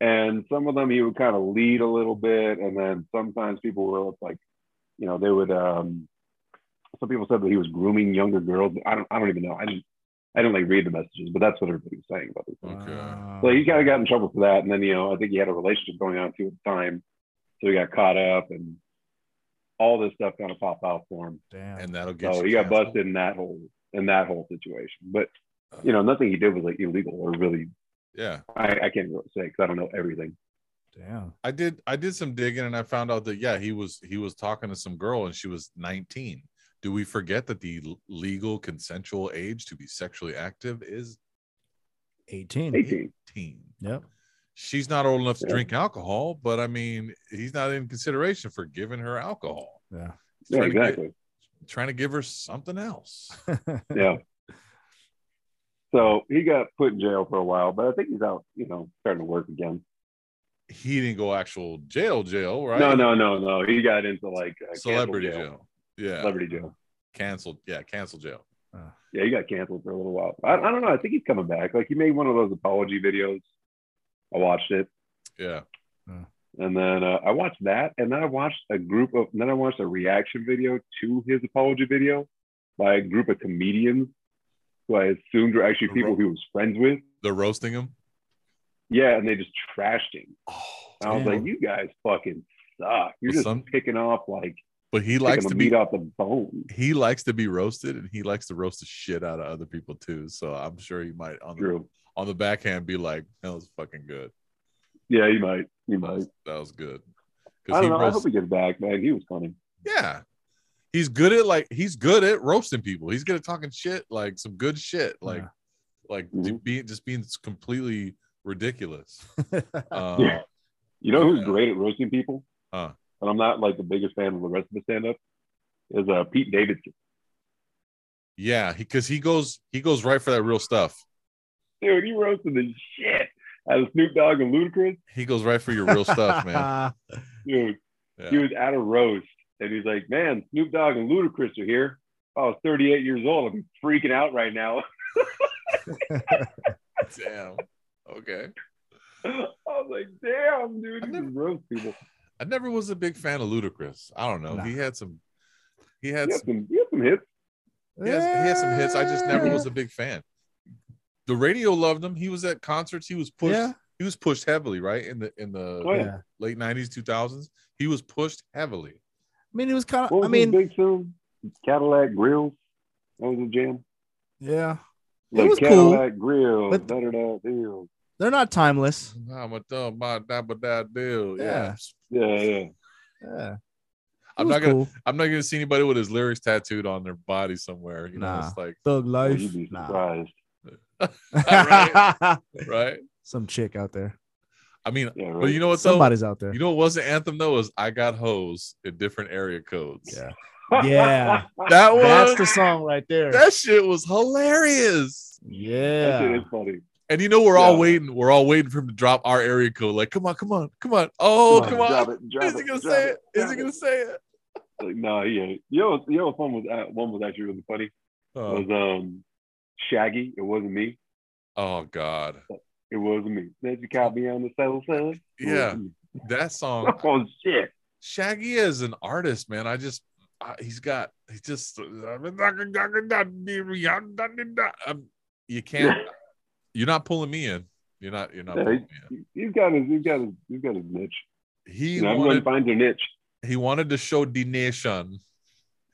C: And some of them he would kind of lead a little bit. And then sometimes people were like, you know, they would, um, some people said that he was grooming younger girls. I don't, I don't even know. I didn't, I didn't like read the messages, but that's what everybody was saying about this.
A: Okay.
C: So he kind of got in trouble for that. And then, you know, I think he had a relationship going on too at the time. So he got caught up and all this stuff kind of popped out for him.
B: Damn.
A: and that'll get.
C: So
A: you
C: Oh, he got
A: canceled.
C: busted in that whole, in that whole situation. But, you know, nothing he did was like illegal or really,
A: Yeah,
C: I, I can't really say because I don't know everything.
B: Damn.
A: I did. I did some digging, and I found out that yeah, he was he was talking to some girl, and she was 19. Do we forget that the l- legal consensual age to be sexually active is
B: 18.
C: 18.
A: 18?
B: Yep.
A: She's not old enough to
C: Yeah.
A: drink alcohol, but I mean, he's not in consideration for giving her alcohol.
B: Yeah.
A: He's
C: Yeah,
A: trying to get-
C: exactly.
A: trying to give her something else.
C: yeah. So he got put in jail for a while, but I think he's out, you know, starting to work again.
A: he didn't go actual jail jail, right?
C: No, no, no, no. He got into like uh, cancel
A: Celebrity jail. Yeah.
C: Celebrity jail.
A: Canceled. Yeah, canceled jail.
C: Yeah, he got canceled for a little while. I, I don't know. I think he's coming back. Like he made one of those apology videos. I watched it,
A: Yeah.
C: and then uh, I watched that, and then I watched a group of. Then I watched a reaction video to his apology video by a group of comedians who I assumed were actually
A: Oh,
C: people he was friends with.
A: They're roasting him.
C: Yeah, and they just trashed him.
A: Oh,
C: I was
B: Damn.
C: like, you guys fucking suck. You're
A: Well,
C: just
A: some-
C: picking off like
A: but he
C: picking
A: likes
C: the
A: to
C: meat
A: be
C: off the bone.
A: he likes to be roasted and he likes to roast the shit out of other people too. So I'm sure he might on the
C: True.
A: on the backhand be like, that was fucking good.
C: Yeah, you might.
A: That
C: You might.
A: was, that was good.
C: I
A: Because he
C: don't know. I
A: roasts,
C: hope he gets back, man. He was funny.
A: yeah. He's good at like he's good at roasting people. He's good at talking shit, like some good shit. Like
B: Yeah.
A: like
C: Mhm.
A: being just being completely ridiculous. Um,
C: Yeah. You know who's
A: Yeah. Uh.
C: great at roasting people?
A: Huh.
C: And I'm not like the biggest fan of the rest of the stand up, is uh, Pete Davidson.
A: Yeah, because he, goes he goes right for that real stuff.
C: Dude, he roasted the shit out of Snoop Dogg and Ludacris.
A: He goes right for your real stuff, man.
C: Dude,
A: Yeah.
C: he was at a roast and he's like, man, Snoop Dogg and Ludacris are here. If I was 38 years old. I'm freaking out right now.
A: Damn. Okay.
C: I was like, damn, dude,
A: I
C: you
A: never-
C: can roast people.
A: I never was a big fan of Ludacris. I don't know.
B: Nah.
A: He had some. He had
C: He had
A: some.
C: some, he had some hits.
A: He, has, he had some hits. I just never was a big fan. The radio loved him. He was at concerts. He was pushed.
B: Yeah.
A: He was pushed heavily, right in the in the
C: Oh, yeah.
B: Yeah.
A: late nineties, two thousands. He was pushed heavily.
B: I mean, it was kind
C: What
B: of,
C: was
B: I mean,
C: his big film? Cadillac Grill. That was a jam.
B: yeah. It
C: Like
B: was cool,
C: Cadillac Grill.
B: but-
C: da, da, da, deal.
B: They're not timeless.
A: I'm a dumb, my, that, but that deal. Yeah.
B: Yeah.
C: Yeah, yeah.
B: Yeah. It
A: I'm
B: was
A: not gonna.
B: cool.
A: I'm not gonna see anybody with his lyrics tattooed on their body somewhere. You know,
B: Nah.
A: it's like
B: Thug
C: Well,
B: life.
C: Oh, you'd be
B: Nah.
C: surprised.
A: Right. right.
B: Some chick out there.
A: I mean,
C: Yeah, right.
A: but you know what's Oh, so
B: Somebody's out there.
A: you know what was the anthem though is I got hoes in different area codes.
B: Yeah. Yeah.
A: That was
B: That's the song right there.
A: that shit was hilarious.
C: That shit
B: Yeah.
C: is funny.
A: And you know we're all
C: Yeah.
A: waiting, we're all waiting for him to drop our area code. Like, come on, come on, come on. Oh, come on.
C: Drop it, drop
A: Is he
C: it,
A: gonna
C: drop
A: say it? Is
C: drop
A: he gonna say it?
C: Like, nah, he ain't. You know, you know, one was uh, one was actually really funny.
A: Oh,
C: Was um, Shaggy. It wasn't me.
A: oh God,
C: It wasn't me. Did you caught me on the saddle, saddle?
A: yeah, that song.
C: Oh shit.
A: Shaggy is an artist, man. I just I, he's got he just I'm- you can't you're not pulling me in. You're not you're not
C: Yeah,
A: pulling me in.
C: He- He's got his. He's got his. He's got his niche.
A: He
C: You know, everyone
A: wanted
C: finds their niche.
A: he wanted to show the nation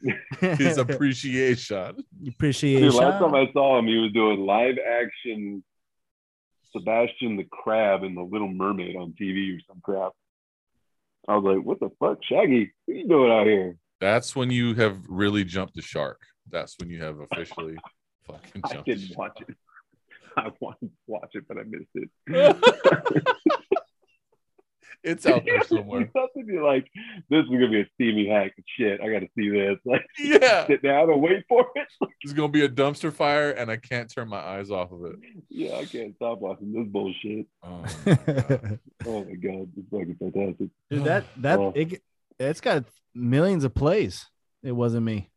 A: his appreciation.
B: appreciation.
C: Dude, last time I saw him, he was doing live action Sebastian the Crab and the Little Mermaid on TV or some crap. I was like, what the fuck, Shaggy? What you doing out here?
A: That's when you have really jumped the shark. That's when you have officially fucking
C: I
A: jumped. the
C: didn't
A: shark.
C: watch it. I wanted to watch it, but I missed it.
A: It's out there somewhere.
C: You'd have to be like, this is gonna be a steamy hack. Shit, I gotta see this. Like,
A: Yeah,
C: sit down and wait for it.
A: it's gonna be a dumpster fire, and I can't turn my eyes off of it.
C: yeah, I can't stop watching this bullshit.
A: Oh, my God.
C: Oh my god, it's fucking fantastic.
B: Dude, that that
C: Oh.
B: it, it's got millions of plays. It wasn't me.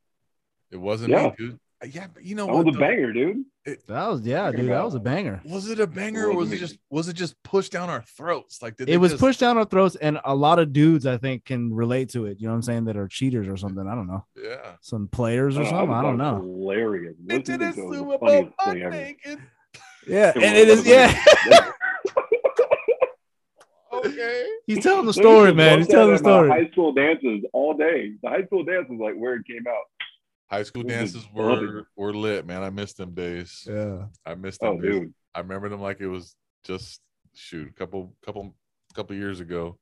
A: It wasn't
C: Yeah.
A: me, dude. Uh, Yeah, but you know
C: That was a
A: though?
C: banger, dude.
B: That was yeah, dude. That was a banger.
A: Was it a banger
C: It
A: or was
C: wasn't
A: it
C: me.
A: just was it just pushed down our throats? Like did
B: It
A: they
B: was
A: just-
B: pushed down our throats, and a lot of dudes I think can relate to it. You know what I'm saying? That are cheaters or something. I don't know.
A: Yeah.
B: Some players or
C: Oh,
B: something. I
C: thought
B: don't
C: it was
B: know.
C: Hilarious.
A: Into the
C: Listening to it was
A: Super Bowl,
C: funniest
A: I'm
C: thing ever.
A: naked.
B: Yeah,
C: It
B: and it is.
C: was-
B: Yeah,
A: Okay.
B: he's telling the
C: They
B: story,
C: just
B: man.
C: looked
B: He's telling the
C: at my
B: story.
C: High school dances all day. The high school dance was like where it came out.
A: High school
C: It was
A: dances
C: just
A: were
C: lovely.
A: were lit, man. I missed them days.
B: Yeah,
A: I missed them
C: Oh,
A: days.
C: dude.
A: I remember them like it was just shoot, a couple couple couple years ago.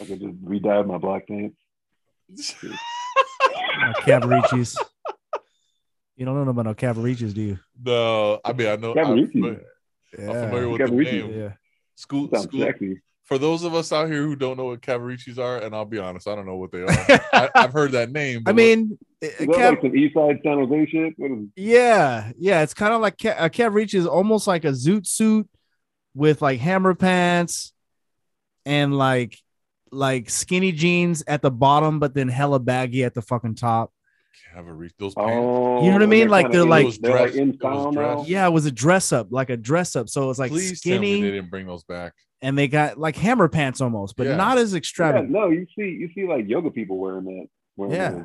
C: I could just re-dye my black pants.
B: no Cavaricci's. You don't know about no Cavaricci's, do you?
A: no, I mean I know
C: Yeah,
A: I'm,
C: Mauricio.
A: familiar- I'm familiar with the
C: Cavaricci's,
A: name.
B: yeah.
A: School
C: Sounds
A: school
C: sexy.
A: for those of us out here who don't know what Cavaricci's are, and I'll be honest, I don't know what they are. I, I've heard that name.
B: I
A: but
B: mean, uh,
C: Is that
B: Cav-
C: like some East Side San Jose shit? What is
B: yeah, yeah. It's kind of like Ca- a Cavaricci is almost like a zoot suit with like hammer pants and like like skinny jeans at the bottom, but then hella baggy at the fucking top.
A: Cavaricci, those pants.
C: Oh,
B: You know what I mean?
C: they're
B: Like,
C: kinda
B: they're
C: in-
B: like-
C: they're like
A: It was
C: in style now.
A: dressed.
B: Yeah, it was a dress up, like a dress up. So it's like
A: Please tell me they
B: skinny,
A: didn't bring those back.
B: and they got like hammer pants almost, but
A: Yeah.
B: not as
C: Yeah,
B: extravagant.
C: no, you see, you see like yoga people wearing that. Wearing
B: Yeah.
C: those.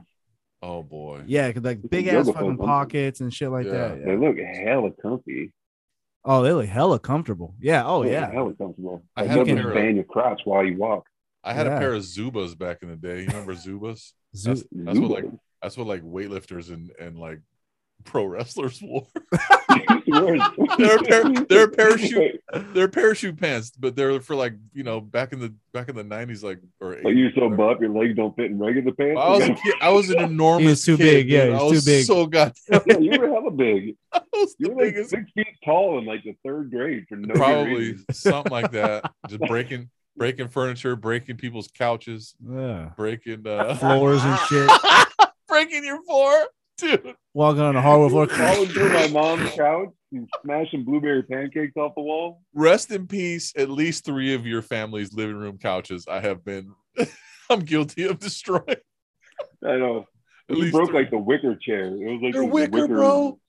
A: Oh boy.
B: Yeah, 'cause, like
C: It's a
B: big ass
C: yoga
B: fucking
C: pose, huh?
B: pockets and shit like
A: Yeah.
B: that. yeah.
C: they look hella comfy.
B: Oh, they look hella comfortable. Yeah. Oh
C: They look
B: yeah.
C: hella comfortable.
A: I
C: I
A: had
B: a
C: have to
A: pair of-
C: expand your crotch while you walk.
A: I had a
B: Yeah.
A: pair of Zubas back in the day. You remember Zubas?
B: Zoot-
A: That's what, like-
C: Zubas.
A: That's what like weightlifters and and like pro wrestlers wore.
C: they're
A: They're a pair- they're a parachute. they're parachute pants, but they're for like you know back in the back in the nineties, like or
C: Are
A: 80s,
C: you so
A: whatever.
C: buff your legs don't fit in regular
A: I was
C: pants?
A: a kid, I was an enormous.
B: too
A: kid,
B: big. Yeah,
A: dude.
B: he
A: I
B: was too
A: was
B: big.
A: So goddamn.
C: yeah, you were hella big.
A: I was
C: You
A: the
C: were like
A: biggest.
C: six feet tall in like the third grade for no good
A: Probably
C: reason.
A: something like that. Just breaking breaking furniture, breaking people's couches,
B: Yeah.
A: breaking uh
B: Floors and shit.
A: breaking your floor, dude.
B: Walking on the hardwood floor.
C: Crawling through my mom's couch and smashing blueberry pancakes off the wall.
A: Rest in peace. At least three of your family's living room couches. I have been. I'm guilty of destroying. At
C: I know. You
A: least
C: broke
A: three.
C: like the wicker chair. It was like
A: They're
C: this
A: wicker, bro.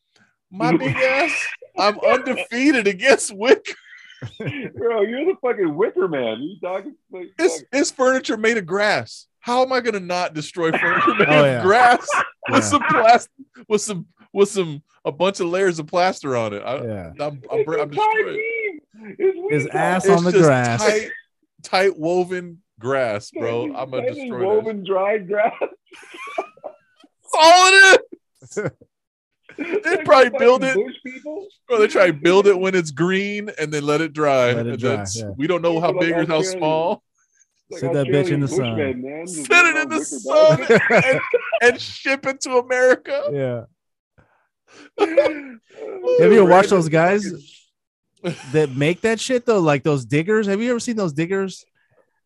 A: My big ass. I'm undefeated against wicker.
C: Bro, you're the fucking wicker man. You talking like
A: It's, it's furniture made of grass. How am I gonna not destroy furniture made
B: Oh,
A: of
B: yeah.
A: grass with
B: Yeah.
A: some plastic, with some, with some, a bunch of layers of plaster on it? I,
B: yeah.
A: I'm, I'm,
C: it's
A: br- I'm
C: his entire
A: destroyed.
C: team. It's
B: His
C: weird.
B: ass
A: It's
B: on the
A: just
B: grass.
A: Tight, tight woven grass, bro.
C: Tightly-
A: I'm a
C: tightly
A: destroyer.
C: Woven dry grass.
A: That's all it is.
C: They
A: probably build it.
C: Bush people.
A: Bro, they try to build it when it's green and then let it dry.
B: Let it
A: And
B: dry,
A: that's-
B: yeah.
A: We don't know how
C: People
A: big or
C: like
A: how
C: Australia.
A: small.
C: It's
B: Sit that bitch in the
C: Australian
B: sun.
C: bushmen, man. Just
A: Sit it
C: laying
A: in the
C: on wicker
A: sun
C: dogs.
A: and, and ship it to America.
B: Yeah. Have
A: Dude,
B: you ever
A: we're
B: watched
A: gonna
B: those guys that make that shit though? Like those diggers. Have you ever seen those diggers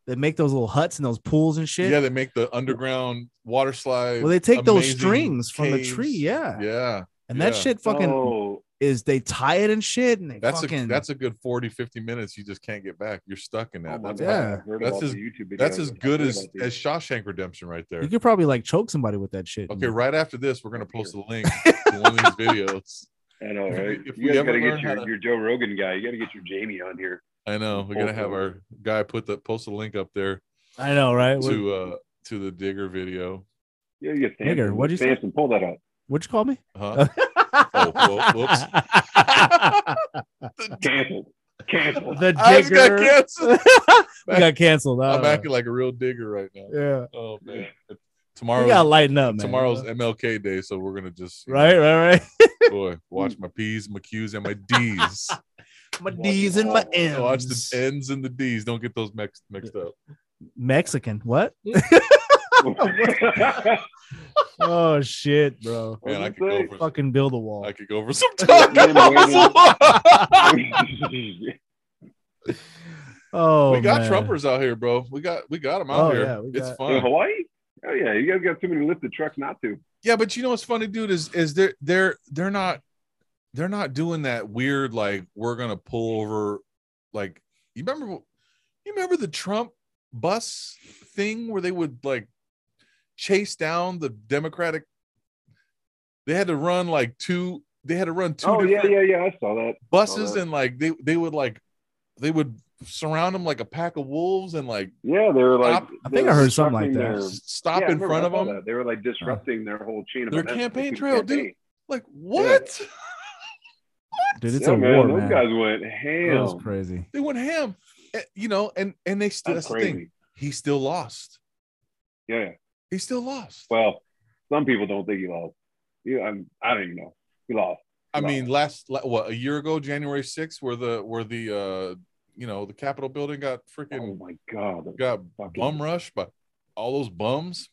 B: that make those little huts and those pools and shit?
A: Yeah, they make the underground water slide.
B: well, they take those
A: amazing
B: strings from the
A: caves.
B: tree. Yeah.
A: Yeah.
B: And that
A: yeah.
B: shit fucking
C: Oh,
B: is they tie it and shit, and they
A: That's
B: fucking
A: a that's a good 40, 50 minutes. You just can't get back. You're stuck in
C: Oh
A: that.
C: my
A: that's,
C: God,
B: yeah.
C: I've heard
A: That's
C: about
A: as-
C: the YouTube video.
A: that's as
C: I've
A: good
C: heard
A: as
C: about these.
A: as Shawshank Redemption right there.
B: you could probably like choke somebody with that shit.
A: Okay,
B: and-
A: right after this, we're gonna post a link to one of these videos.
C: I know,
A: If we-
C: right?
A: if we
C: you guys
A: ever
C: gotta
A: learn
C: get
A: how
C: your,
A: to-
C: your Joe Rogan guy. You gotta get your Jamie on here.
A: I know we're gonna have our guy put the post a link up there
B: I know, right? What,
A: to uh to the digger video.
C: Yeah, you get
B: Nigger,
C: Samson.
B: what'd you say?
C: Samson, pull that up.
B: what'd you call me?
A: Huh? Oh,
B: whoops.
C: Cancel. Cancel.
B: the
A: I just got
B: digger.
A: canceled.
B: We got canceled. I
A: I'm
B: don't know.
A: acting like a real digger right now.
B: yeah,
A: Oh man.
B: we gotta
A: Tomorrow
B: lighten up, man.
A: tomorrow's MLK day, so we're gonna just you know,
B: right, right, right.
A: boy, watch my P's, my Q's, and my D's.
B: My
C: Watch
B: D's and my M's.
A: watch the N's and the D's. Don't get those mixed mixed up.
B: Mexican. What?
C: Name
B: oh shit, bro.
A: Man, I
C: What'd
A: could go
C: you say?
A: for some,
B: Fucking build a wall.
A: I could go for some
B: Oh,
C: a
A: tacos.
C: winner.
B: oh,
A: we got
B: man.
A: Trumpers out here, bro. We got we got them out
B: Oh,
A: here.
B: yeah, we
A: it's
B: got-
A: fun.
C: In Hawaii? Oh yeah, you guys got too many lifted trucks not to.
A: Yeah, but you know what's funny, dude, is is they're they're they're not they're not doing that weird like we're gonna pull over like you remember you remember the Trump bus thing where they would like chase down the Democratic they had to run like two they had to run two
C: Oh yeah,
A: different
C: yeah, yeah. Oh, I saw that.
A: buses
C: that.
A: and like they they would like they would surround them like a pack of wolves and like
C: Yeah, they were like.
B: I
C: they
B: think I
C: were
B: heard something like
C: disrupting
B: that.
C: their-
A: s- stop
C: Yeah, I
A: in
C: remember
A: front
C: I
A: of
C: saw
A: them
C: that. They were like disrupting their whole chain. of
A: Their
C: events.
A: campaign
C: Like,
A: trail, dude.
C: campaign.
A: like what
B: Dude, it's
C: Yeah,
B: a
C: man,
B: war, man.
C: Those guys went
B: That was
C: ham.
B: crazy.
A: they went ham Eh, you know and and they still
C: That's
A: that's, the thing
C: crazy.
A: he still lost
C: Yeah, yeah.
A: he still lost
C: Well, some people don't think he lost. Yeah, I'm, I don't even know. He lost.
A: i mean last la- what a year ago january 6th where the where the uh you know the capitol building got
C: Oh
A: freaking
C: my god. they're
A: got
C: Fucking,
A: bum rushed by all those bums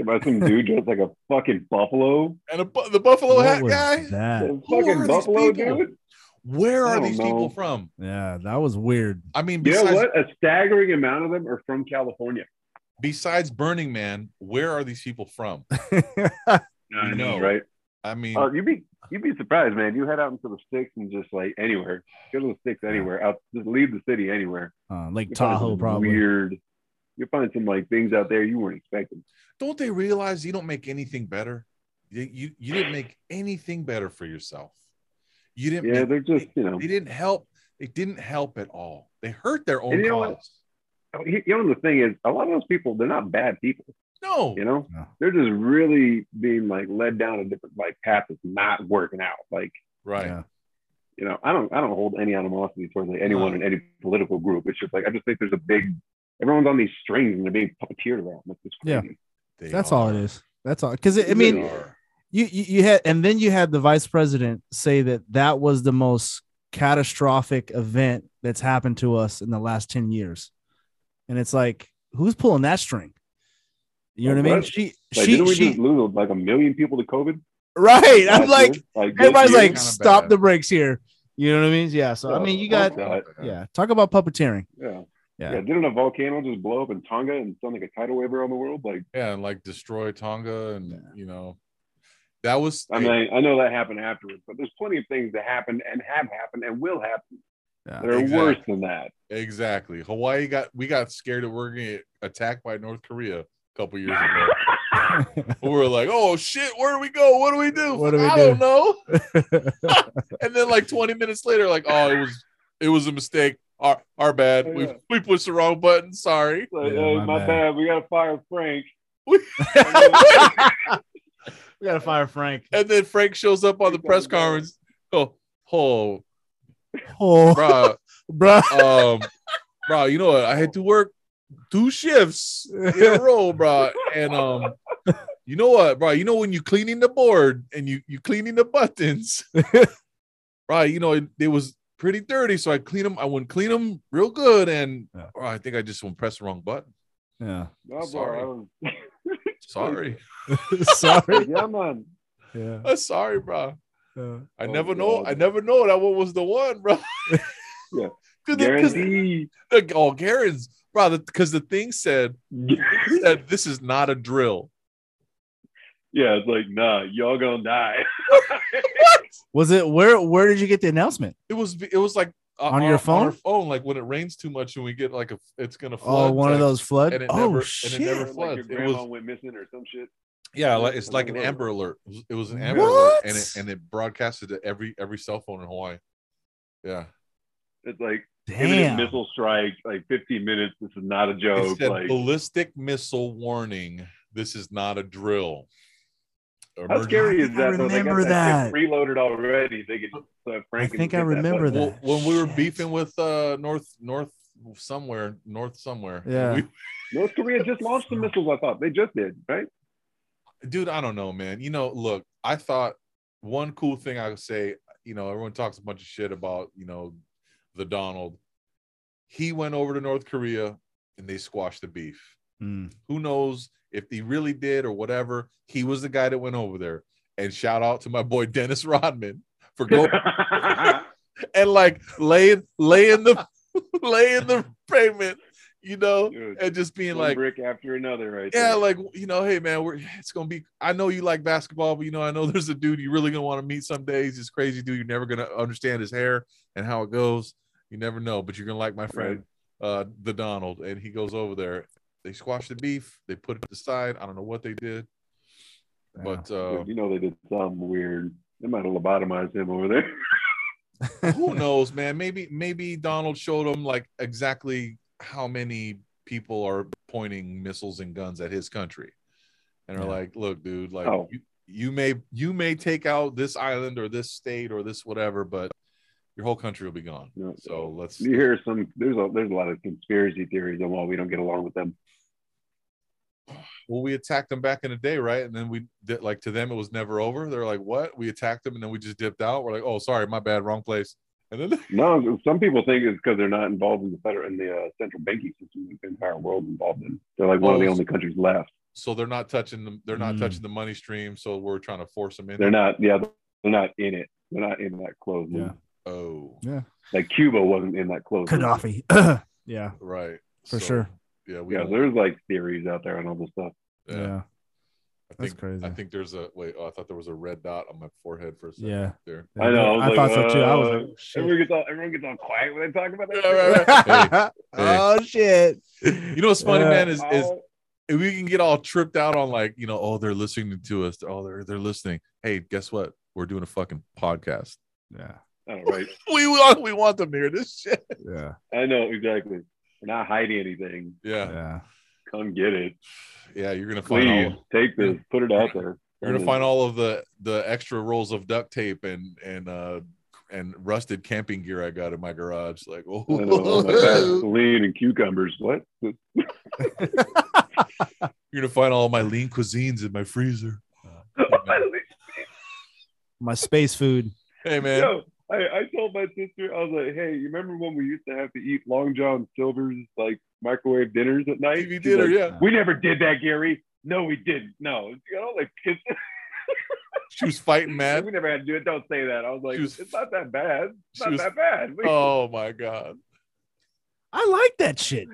C: About some dude dressed like a fucking buffalo.
A: and a, bu- the buffalo
B: What
A: hat
B: was
A: guy
B: That?
C: The
A: Who are
C: fucking
A: these
C: buffalo
A: people?
C: dude.
A: where
C: I
A: are
C: don't
A: these people
C: know.
A: from
B: Yeah, that was weird.
A: i mean
C: You know
A: besides
C: what? A staggering amount of them are from California.
A: besides burning man where are these people from
C: I know,
A: know.
C: right?
A: i mean
C: Uh, you'd be you'd be surprised, man. You head out into the sticks and just like anywhere, go to the sticks anywhere, out just leave the city anywhere.
B: Uh, Lake
C: You'll find
B: Tahoe,
C: some
B: probably.
C: weird. You'll find some like things out there you weren't expecting.
A: don't they realize you don't make anything better? You you, you didn't make anything better for yourself. You didn't.
C: Yeah,
A: make-
C: they're just you know.
A: they didn't help. They didn't help at all. They hurt their own
C: And you know what?
A: cause.
C: You know the thing is, a lot of those people they're not bad people.
A: No,
C: You know,
B: No.
C: they're just really being like led down a different like path that's not working out. Like
A: right?
B: Yeah.
C: you know, I don't I don't hold any animosity towards like anyone
A: No.
C: in any political group. It's just like I just think there's a big everyone's on these strings and they're being puppeteered around. That's just
B: Yeah.
C: crazy.
A: They
B: That's
A: are.
B: all it is. That's all. Because I
C: They
B: mean,
A: are.
B: you, you you had, and then you had the vice president say that that was the most catastrophic event that's happened to us in the last ten years, and it's like, who's pulling that string? You know what, I mean?
C: What?
B: She
C: Like,
B: she
C: didn't we
B: she.
C: just lose like a million people to COVID?
B: right. I'm
C: last
B: like,
C: year? like this
B: everybody's
C: year?
B: like,
A: Kinda
B: stop
A: bad.
B: the brakes here. You know what I mean? Yeah. So I
C: Yeah,
B: mean, you
C: fuck
B: got
C: that.
B: yeah. Talk about puppeteering.
C: yeah.
B: Yeah.
C: Yeah. didn't a volcano just blow up in Tonga and sound like a tidal wave around the world? Like,
A: Yeah, and like destroy Tonga, and you know, that was.
C: I mean, I know that happened afterwards, but there's plenty of things that happened and have happened and will happen
B: Yeah.
C: that are
A: Exactly.
C: worse than that.
A: exactly. Hawaii got we got scared that we we're getting attacked by North Korea a couple years ago. we were like, oh shit, where do we go? What do we do?
B: What do we
A: I
B: do?
A: don't know. and then like 20 minutes later, like, oh, it was it was a mistake. Our our bad.
C: Oh,
A: We
C: yeah.
A: we pushed the wrong button. Sorry.
C: Like,
B: Yeah,
C: hey,
B: my
C: my,
B: bad.
C: bad. We got to fire Frank.
B: we gotta fire Frank.
A: And then Frank shows up on the press conference. Oh, oh,
B: Oh, bro.
A: bro, um, bro, you know what? I had to work two shifts in a row, bro. And um, you know what, bro? You know when you cleaning the board and you you cleaning the buttons, bro? You know it, it was pretty dirty, so I clean them. I wouldn't clean them real good, and
B: Yeah.
A: bro, I think I just went press the wrong button.
B: Yeah.
C: No, bro,
A: Sorry.
C: I was-
A: Sorry,
B: Sorry.
C: yeah, man.
B: Yeah.
A: I'm sorry, bro. I
C: Oh,
A: never know.
C: God.
A: I never know that one was the one, bro.
C: Yeah.
A: 'Cause the- 'cause
C: Guarantee.
A: the- oh, Garen's, bro. Because the thing said that this is not a drill.
C: Yeah, it's like, nah, y'all gonna die.
B: Was it where? Where did you get the announcement?
A: It was it was like uh,
B: On your
A: our
B: phone?
A: phone, like when it rains too much and we get like a it's gonna flood.
B: Oh, one
A: like-
B: of those flood.
A: and it
B: oh
A: never- and it
B: shit!
A: never
C: Like your
A: floods. It
C: grandma
A: was-
C: went missing or some shit.
A: Yeah, like it's
C: An
A: like an
C: alert.
A: Amber Alert. It was- It was an Amber Alert,
B: What?
A: and it and it broadcasted to every every cell phone in Hawaii. Yeah,
C: It's like imminent
B: Damn.
C: missile strike, like 15 minutes. This is not a
A: it
C: joke.
A: said
C: Oh, Like
A: ballistic missile warning. This is not a drill.
C: how scary is
B: I
C: that? though? They got
B: remember
C: that.
B: that.
C: shit Preloaded already. They could. Uh,
B: I
C: Franken
B: think
C: get
B: I
C: that
B: remember
C: button.
B: that.
A: Well, when we were
B: Shit.
A: beefing with uh North North somewhere North somewhere.
B: Yeah.
A: we-
C: North Korea just launched some missiles. I thought they just did, right?
A: dude, I don't know, man. You know, look, I thought one cool thing I would say. You know, everyone talks a bunch of shit about you know the Donald. He went over to North Korea and they squashed the beef.
B: Mm.
A: Who knows if he really did or whatever? He was the guy that went over there. And shout out to my boy Dennis Rodman for going and like laying laying the laying the pavement, you know,
C: Dude,
A: and just being
C: One
A: like,
C: brick after another, right?
A: yeah,
C: there.
A: like you know, hey man, we're it's gonna be. I know you like basketball, but you know, I know there's a dude you really gonna want to meet someday. He's this crazy dude. You're never gonna understand his hair and how it goes. You never know, but you're gonna like my friend, uh, the Donald. And he goes over there. They squash the beef. They put it aside. I don't know what they did, but uh,
C: Dude, you know they did something weird. They might have lobotomized him over there.
A: who knows, man? Maybe maybe Donald showed him like exactly how many people are pointing missiles and guns at his country, and are
B: Yeah.
A: like, "Look, dude, like
C: Oh.
A: you, you may you may take out this island or this state or this whatever, but your whole country will be gone."
C: No.
A: So let's.
C: You hear some? There's a there's a lot of conspiracy theories on why we don't get along with them.
A: Well, we attacked them back in the day, right? And then we did like to them, it was never over. They're like, "What?" We attacked them, and then we just dipped out. We're like, "Oh, sorry, my bad, wrong place." And then
C: No, some people think it's because they're not involved in the federal in the uh, central banking system that the entire world involved in. They're like one of the
A: Oh.
C: only countries left.
A: so they're not touching them. They're not
B: Mm.
A: touching the money stream. So we're trying to force them in.
C: They're not. Yeah, they're not in it. They're not in that close.
B: Yeah.
C: loop.
A: Oh,
C: Like Cuba wasn't in that close. loop.
B: Gaddafi. yeah,
A: right. So,
B: for sure.
A: Yeah, we
C: Yeah,
A: don't-
C: there's like theories out there on all this stuff.
A: yeah.
B: yeah.
A: I
B: That's
A: think
B: crazy.
A: I think there's a wait. Oh, I thought there was a red dot on my forehead for a second.
B: Yeah.
A: There.
B: Yeah,
C: I know, I
B: I,
C: was
B: thought
C: like,
B: so too. I was
C: uh,
B: like, oh, shit.
C: Everyone gets all everyone gets all quiet when they talk about that.
A: Yeah, right,
C: shit.
A: right.
B: Oh shit!
A: You know what's funny,
B: Yeah.
A: man, is is
C: Oh,
A: if we can get all tripped out on like you know, oh they're listening to us, oh they're they're listening. Hey, guess what? We're doing a fucking podcast.
B: Yeah,
C: all right.
A: We want we want them to hear this shit.
B: yeah,
C: I know exactly. We're not hiding anything.
A: Yeah,
B: yeah.
C: Come get it.
A: yeah. You're gonna find
C: Please
A: all
C: take this. Put it out there.
A: you're gonna find all of the the extra rolls of duct tape and and uh and rusted camping gear I got in my garage. Like,
C: I know, like
A: oh,
C: Vaseline and cucumbers. What?
A: you're gonna find all my lean cuisines in my freezer.
B: My space food.
A: Hey man,
C: Yo, I, I told my sister, I was like, hey, you remember when we used to have to eat Long John Silver's like microwave dinners at night?
A: TV
C: She's
A: dinner,
C: like,
A: yeah.
C: We never did that, Gary. No, we didn't. No. You know, like kids.
A: She was fighting mad.
C: we never had to do it. Don't say that. I was like,
A: She was-
C: it's not that bad.
A: she
C: It's not
A: was-
C: that bad. We-
A: Oh my god.
B: I like that shit.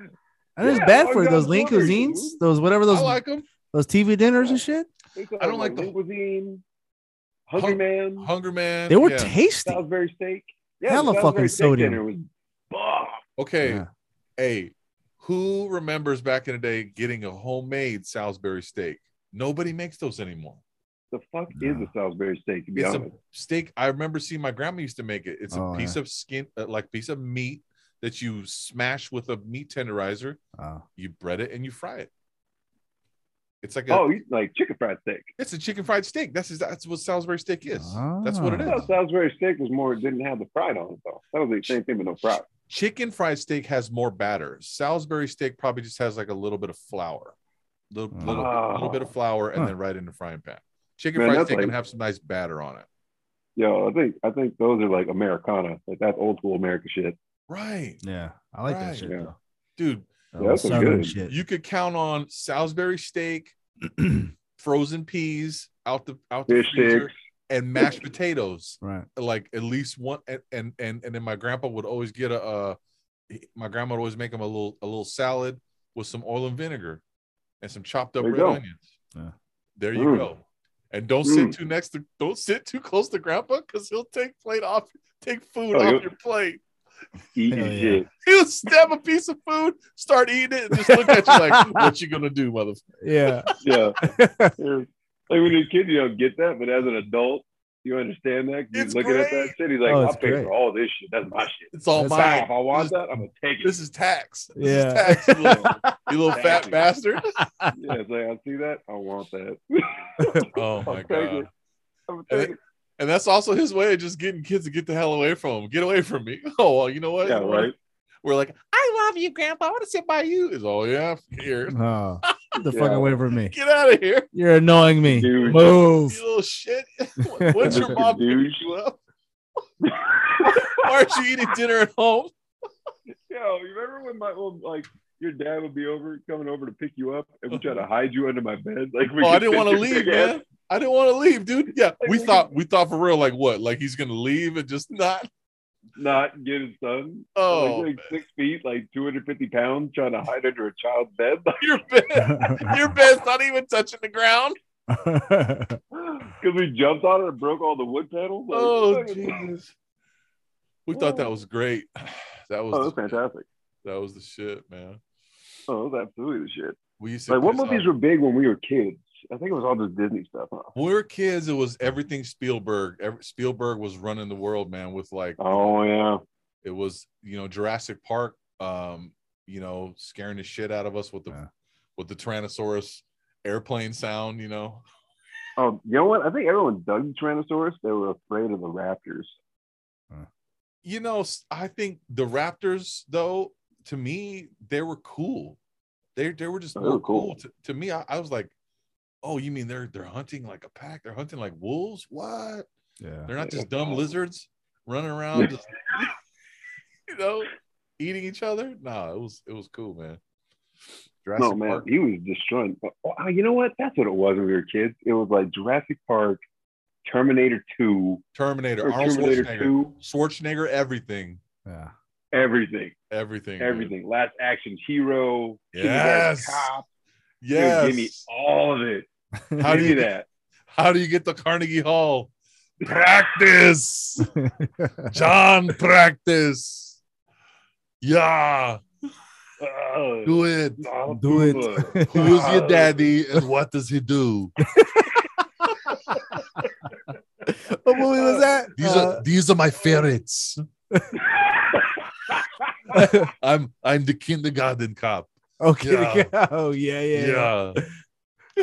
B: That is
C: Yeah,
B: bad
C: I
B: for you.
C: got
B: those lean
C: orders,
B: cuisines,
C: dude.
B: those whatever
A: I
B: those
A: like them.
B: those TV dinners and shit.
C: It's
A: I don't like the-
C: Lean cuisine, Hungry
A: Hung-
C: Man,
A: Hunger Man.
B: They were
A: yeah.
B: tasty.
C: Salisbury steak.
B: Hella
C: the
B: fucking
C: Salisbury steak
B: sodium.
C: dinner was bomb.
A: okay.
B: Yeah.
A: Hey, who remembers back in the day getting a homemade Salisbury steak? Nobody makes those anymore.
C: The fuck
B: Nah.
C: is a Salisbury steak? To be
A: It's a
C: honest,
A: steak. I remember seeing my grandma used to make it. It's a
B: Oh,
A: piece of skin, uh, like piece of meat that you smash with a meat tenderizer.
B: Oh.
A: You bread it and you fry it. It's like a,
C: oh, you like chicken fried steak.
A: it's a chicken fried steak. That's that's what Salisbury steak is. That's what it
C: I
A: is.
B: Ah.
C: thought Salisbury steak was more didn't have the fried on it though. That was the same thing with no fried.
A: chicken fried steak has more batter. Salisbury steak probably just has like a little bit of flour, little little,
C: Oh.
A: little bit of flour, and
B: Huh.
A: then right in the frying pan. Chicken
C: Man,
A: fried
C: that's
A: steak can
C: like-
A: have some nice batter on it.
C: Yo, I think I think those are like Americana. Like that's old school America shit.
A: Right,
B: Yeah, I like
A: Right.
B: that shit
C: Yeah.
B: though.
A: dude.
B: That
C: Yeah,
B: was
C: that's
B: southern
C: good.
B: shit.
A: You could count on Salisbury steak, frozen peas out the out the
C: Fish
A: freezer,
C: sticks.
A: and mashed potatoes.
B: right.
A: Like at least one, and and and, and then my grandpa would always get a. Uh, he- my grandma would always make him a little a little salad with some oil and vinegar, and some chopped up
C: There you
A: red
C: go.
A: onions.
B: Yeah.
A: There you
C: Mm.
A: go. And don't sit too next to don't sit too close to grandpa because he'll take plate off take food
C: Oh,
A: off
C: you-
A: your plate.
C: Eating
B: Hell yeah.
C: shit.
A: He'll stab a piece of food, start eating it, and just look at you like, what you gonna do, motherfucker?
B: Yeah.
C: Yeah. Yeah. like when you're a kid, you don't get that, but as an adult, you understand that. You're
A: It's
C: looking at that
A: great.
C: shit. He's like,
B: Oh,
C: I'll
B: it's
C: pay
B: great.
C: for all this shit. That's my shit.
A: It's all
B: That's
A: mine.
C: If I want
A: this,
C: that, I'm gonna take it.
A: this is tax. This
B: Yeah.
A: is tax, you little, you little fat
C: Tax.
A: bastard.
C: yeah, it's like I see that, I want that.
A: Oh my
C: I'll take it.
A: god.
C: I'm gonna take it.
A: And that's also his way of just getting kids to get the hell away from him. Get away from me. Oh well, you know what?
C: Yeah,
A: You know what?
C: right.
A: We're like, I love you, grandpa. I want to sit by you. Is oh yeah, here.
B: Oh, get the
C: Yeah.
B: fuck away from me.
A: Get out of here.
B: You're annoying me.
C: Dude.
B: Move.
A: You little shit. What's your mom picking you up? Why aren't you eating dinner at home?
C: Yo, you remember when my old like your dad would be over coming over to pick you up and we try to hide you under my bed? Like we
A: Uh-huh. Oh, I didn't
C: could fit
A: want to
C: your
A: leave,
C: big ass-
A: man. I didn't want to leave, dude. Yeah, we
C: Like,
A: thought we thought for real, like what? Like he's gonna leave and just not.
C: Not get his son.
A: Oh,
C: like, like six feet, like 250 pounds, trying to hide under a child's bed.
A: your bed, your bed's not even touching the ground.
C: Because we jumped on it and broke all the wood panels. Like,
A: Oh
C: what?
A: Jesus. We thought that was great. That was
C: Oh, that's
A: the shit.
C: fantastic.
A: that was the shit, man.
C: Oh, that's absolutely the shit.
A: We used to
C: Like, what
A: piss off-
C: movies were big when we were kids? I think it was all just Disney stuff, huh?
A: when we were kids, it was everything Spielberg. Every, Spielberg was running the world, man, with like
C: Oh, yeah.
A: it was you know Jurassic Park, um, you know, scaring the shit out of us with the
B: Yeah.
A: with the Tyrannosaurus airplane sound, you know.
C: Oh, you know what? I think everyone dug the Tyrannosaurus. They were afraid of the raptors.
A: You know, s- I think the Raptors, though, to me, they were cool. They they were just
C: They
A: more
C: were
A: cool.
C: cool.
A: To, to me, I, I was like, oh, you mean they're they're hunting like a pack? They're hunting like wolves? What?
B: yeah.
A: They're not
C: Yeah.
A: just dumb lizards running around, just, you know, eating each other. No, it was it was cool, man. Jurassic
C: no, man,
A: Park.
C: he was destroying. Oh, you know what? That's what it was when we were kids. It was like Jurassic Park, Terminator 2,
A: Terminator,
C: or
A: Arnold
C: Terminator
A: Schwarzenegger,
C: 2,
A: Schwarzenegger, everything,
B: Yeah.
C: everything,
A: everything, dude.
C: everything. Last Action Hero, Kindergarten
A: Mm-hmm. Yes.
C: Cop. Dude, give me
A: Yes.
C: all of it.
A: How
C: Give
A: do
C: me
A: you-
C: that.
A: How do you get the Carnegie Hall? Practice, John. Practice. Yeah,
C: Ugh.
A: do it.
C: Donald
B: Do it.
C: Puma.
A: Who's your daddy, and what does he do?
B: What movie Oh, was that?
A: Uh, These are these are my ferrets.
B: Uh,
A: I'm I'm the kindergarten cop.
B: okay. Oh yeah, yeah, yeah.
A: Yeah,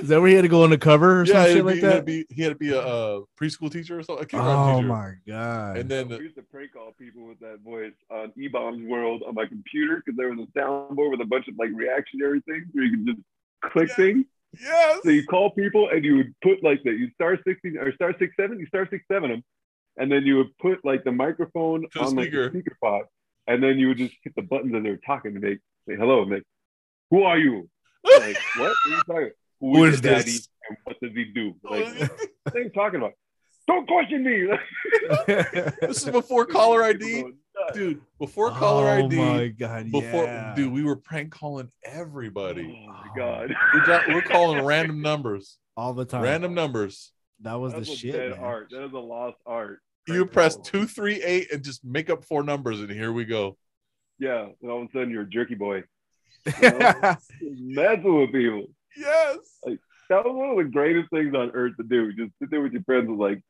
B: Is that where he had to go undercover or
A: yeah.
B: some
A: He
B: shit
A: had, to be,
B: like
A: he had to
B: that?
A: be he had to be a uh, preschool teacher or something. I can't remember
B: Oh
A: teacher.
B: my god.
A: And then
C: We used to prank all people with that voice on E-Bombs World on my computer because there was a soundboard with a bunch of like reactionary things where you could just click
A: Yeah.
C: things.
A: yes,
C: So you call people and you would put like that. You star sixteen or star six seven. You star six seven them, and then you would put like the microphone
A: To the
C: on like
A: speaker.
C: the speaker pod, and then you would just hit the buttons and they were talking to make say hello and make, who are you?
A: Oh,
C: Like what? what are you talking? Who,
A: Who
C: is
A: is
C: your
A: this?
C: daddy? And what does he do?
A: Oh,
C: Like what are you talking about? Don't question me.
A: this is before caller ID, dude. Before caller
B: oh
A: ID,
B: my god.
A: before
B: yeah.
A: dude, we were prank calling
C: Oh
A: everybody.
C: my god.
A: We dro- we're calling random numbers,
B: all the time.
A: random numbers.
B: That was
C: That's
B: the
C: a
B: shit.
C: dead
B: man.
C: art. That is a lost art.
A: You press
C: calls.
A: two, three, eight, and just make up four numbers, and here we go.
C: Yeah, and all of a sudden you're a jerky boy. You know? Messing with people.
A: Yes.
C: that was one of the greatest things on earth to do. Just sit there with your friends with like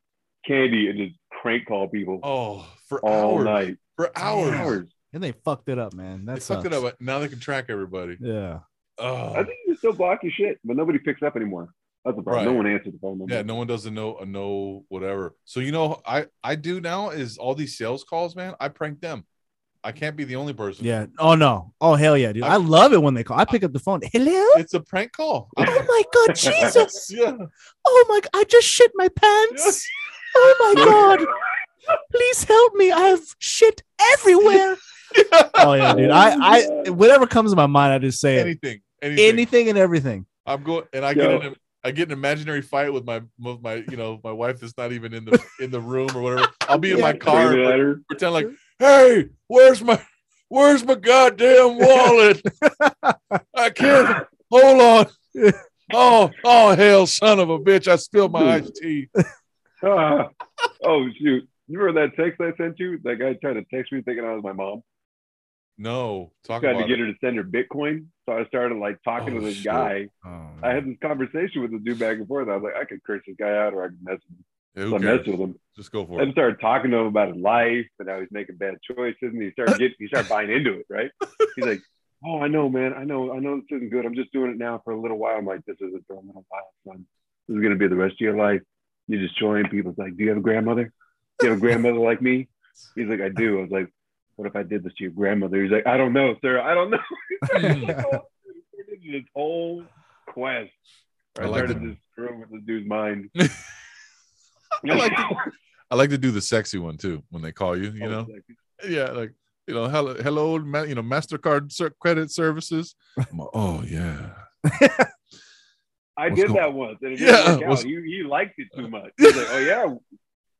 C: candy and just crank call people
A: Oh, for
C: all
A: hours,
C: night.
A: for hours.
C: Hours.
B: and they fucked it up, man.
A: They
B: That
A: fucked it
B: sucks.
A: up. but Now they can track everybody.
B: Yeah.
C: I
A: Oh,
C: think you can still block your shit, but nobody picks up anymore. That's the problem. No
A: Right.
C: one answers the phone number.
A: yeah. No one doesn't know a no whatever. So you know, I I do now is all these sales calls, man. I prank them. I can't be the only person.
B: Yeah. Oh no. Oh hell yeah, dude. I,
A: I-
B: love it when they call. I pick up the phone. Hello.
A: It's a prank call.
B: Oh my god, Jesus.
A: yeah.
B: Oh my. I just shit my pants. Oh my god. Please help me. I have shit everywhere. oh yeah, dude. I I whatever comes to my mind, I just say it.
A: Anything. Anything.
B: Anything and everything.
A: I'm going and I
C: Yo.
A: get in a, I get an imaginary fight with my with my you know my wife that's not even in the in the room or whatever. I'll be in my
B: Yeah.
A: car
C: Wave
A: and
C: at her.
A: pretend like, hey, where's my where's my goddamn wallet? I can't hold on. Oh, oh hell, son of a bitch! I spilled my iced tea.
C: Ah. oh shoot! You remember that text I sent you? That guy tried to text me thinking I was my mom.
A: No, talk
C: Tried
A: about
C: to
A: it.
C: get her to send her Bitcoin. So I started like talking
A: Oh,
C: to this
A: shit.
C: guy.
B: Oh,
C: I had this conversation with this dude back and forth. I was like, I could curse this guy out, or I could mess with him.
A: Yeah,
C: So
A: who
C: I messed
A: cares?
C: with him.
A: Just go for
C: Then
A: it.
C: started talking to him about his life and how he's making bad choices, and he started getting, he started buying into it. Right? He's like, Oh, I know, man. I know. I know this isn't good. I'm just doing it now for a little while. I'm like, This isn't for a little while, son. This is gonna be the rest of your life. You're destroying people. It's like, Do you have a grandmother? Do you have a grandmother like me? He's like, I do. I was like, What if I did this to your grandmother? He's like, I don't know, sir. I don't know. this whole quest.
A: I
C: I,
A: like
C: started
B: that.
C: to screw with the dude's mind.
A: I like I like to do the sexy one too when they call you.
C: Oh,
A: You know, yeah, like you know, hello, hello, ma- you know, Mastercard ser- credit services. I'm like, oh yeah,
C: I
A: What's
C: did
A: going-
C: that once, and it didn't
A: Yeah,
C: work out.
A: what's-
C: He, he liked it too much. He's like, "Oh yeah,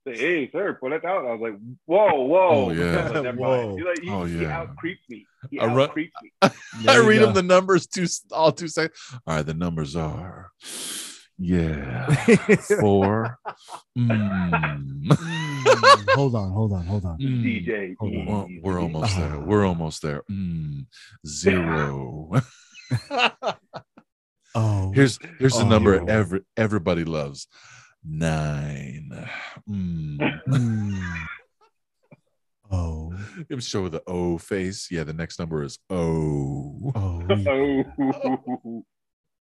C: say, hey sir, put it out." I was like, "Whoa, whoa,
A: Oh, yeah.
C: I was like, Never
B: Whoa.
C: Mind. He's like, he,
A: Oh,
C: he
A: yeah.
C: outcreeped me. He
A: I run-
C: outcreeped me.
A: I
B: There you
A: read
B: go.
A: them the numbers two all two seconds. All right, the numbers are yeah four. Mm.
B: Mm, hold on, hold on, hold on.
A: Mm.
C: DJ,
B: Hold on.
A: We're, mm, we're almost there.
B: Ah.
A: We're almost there. Mm, zero.
B: Oh,
A: here's here's the
B: Oh.
A: number every everybody loves. Nine. Mm.
B: mm. oh,
A: I'm sure with the O face. Yeah, the next number is O.
B: oh,
C: Oh,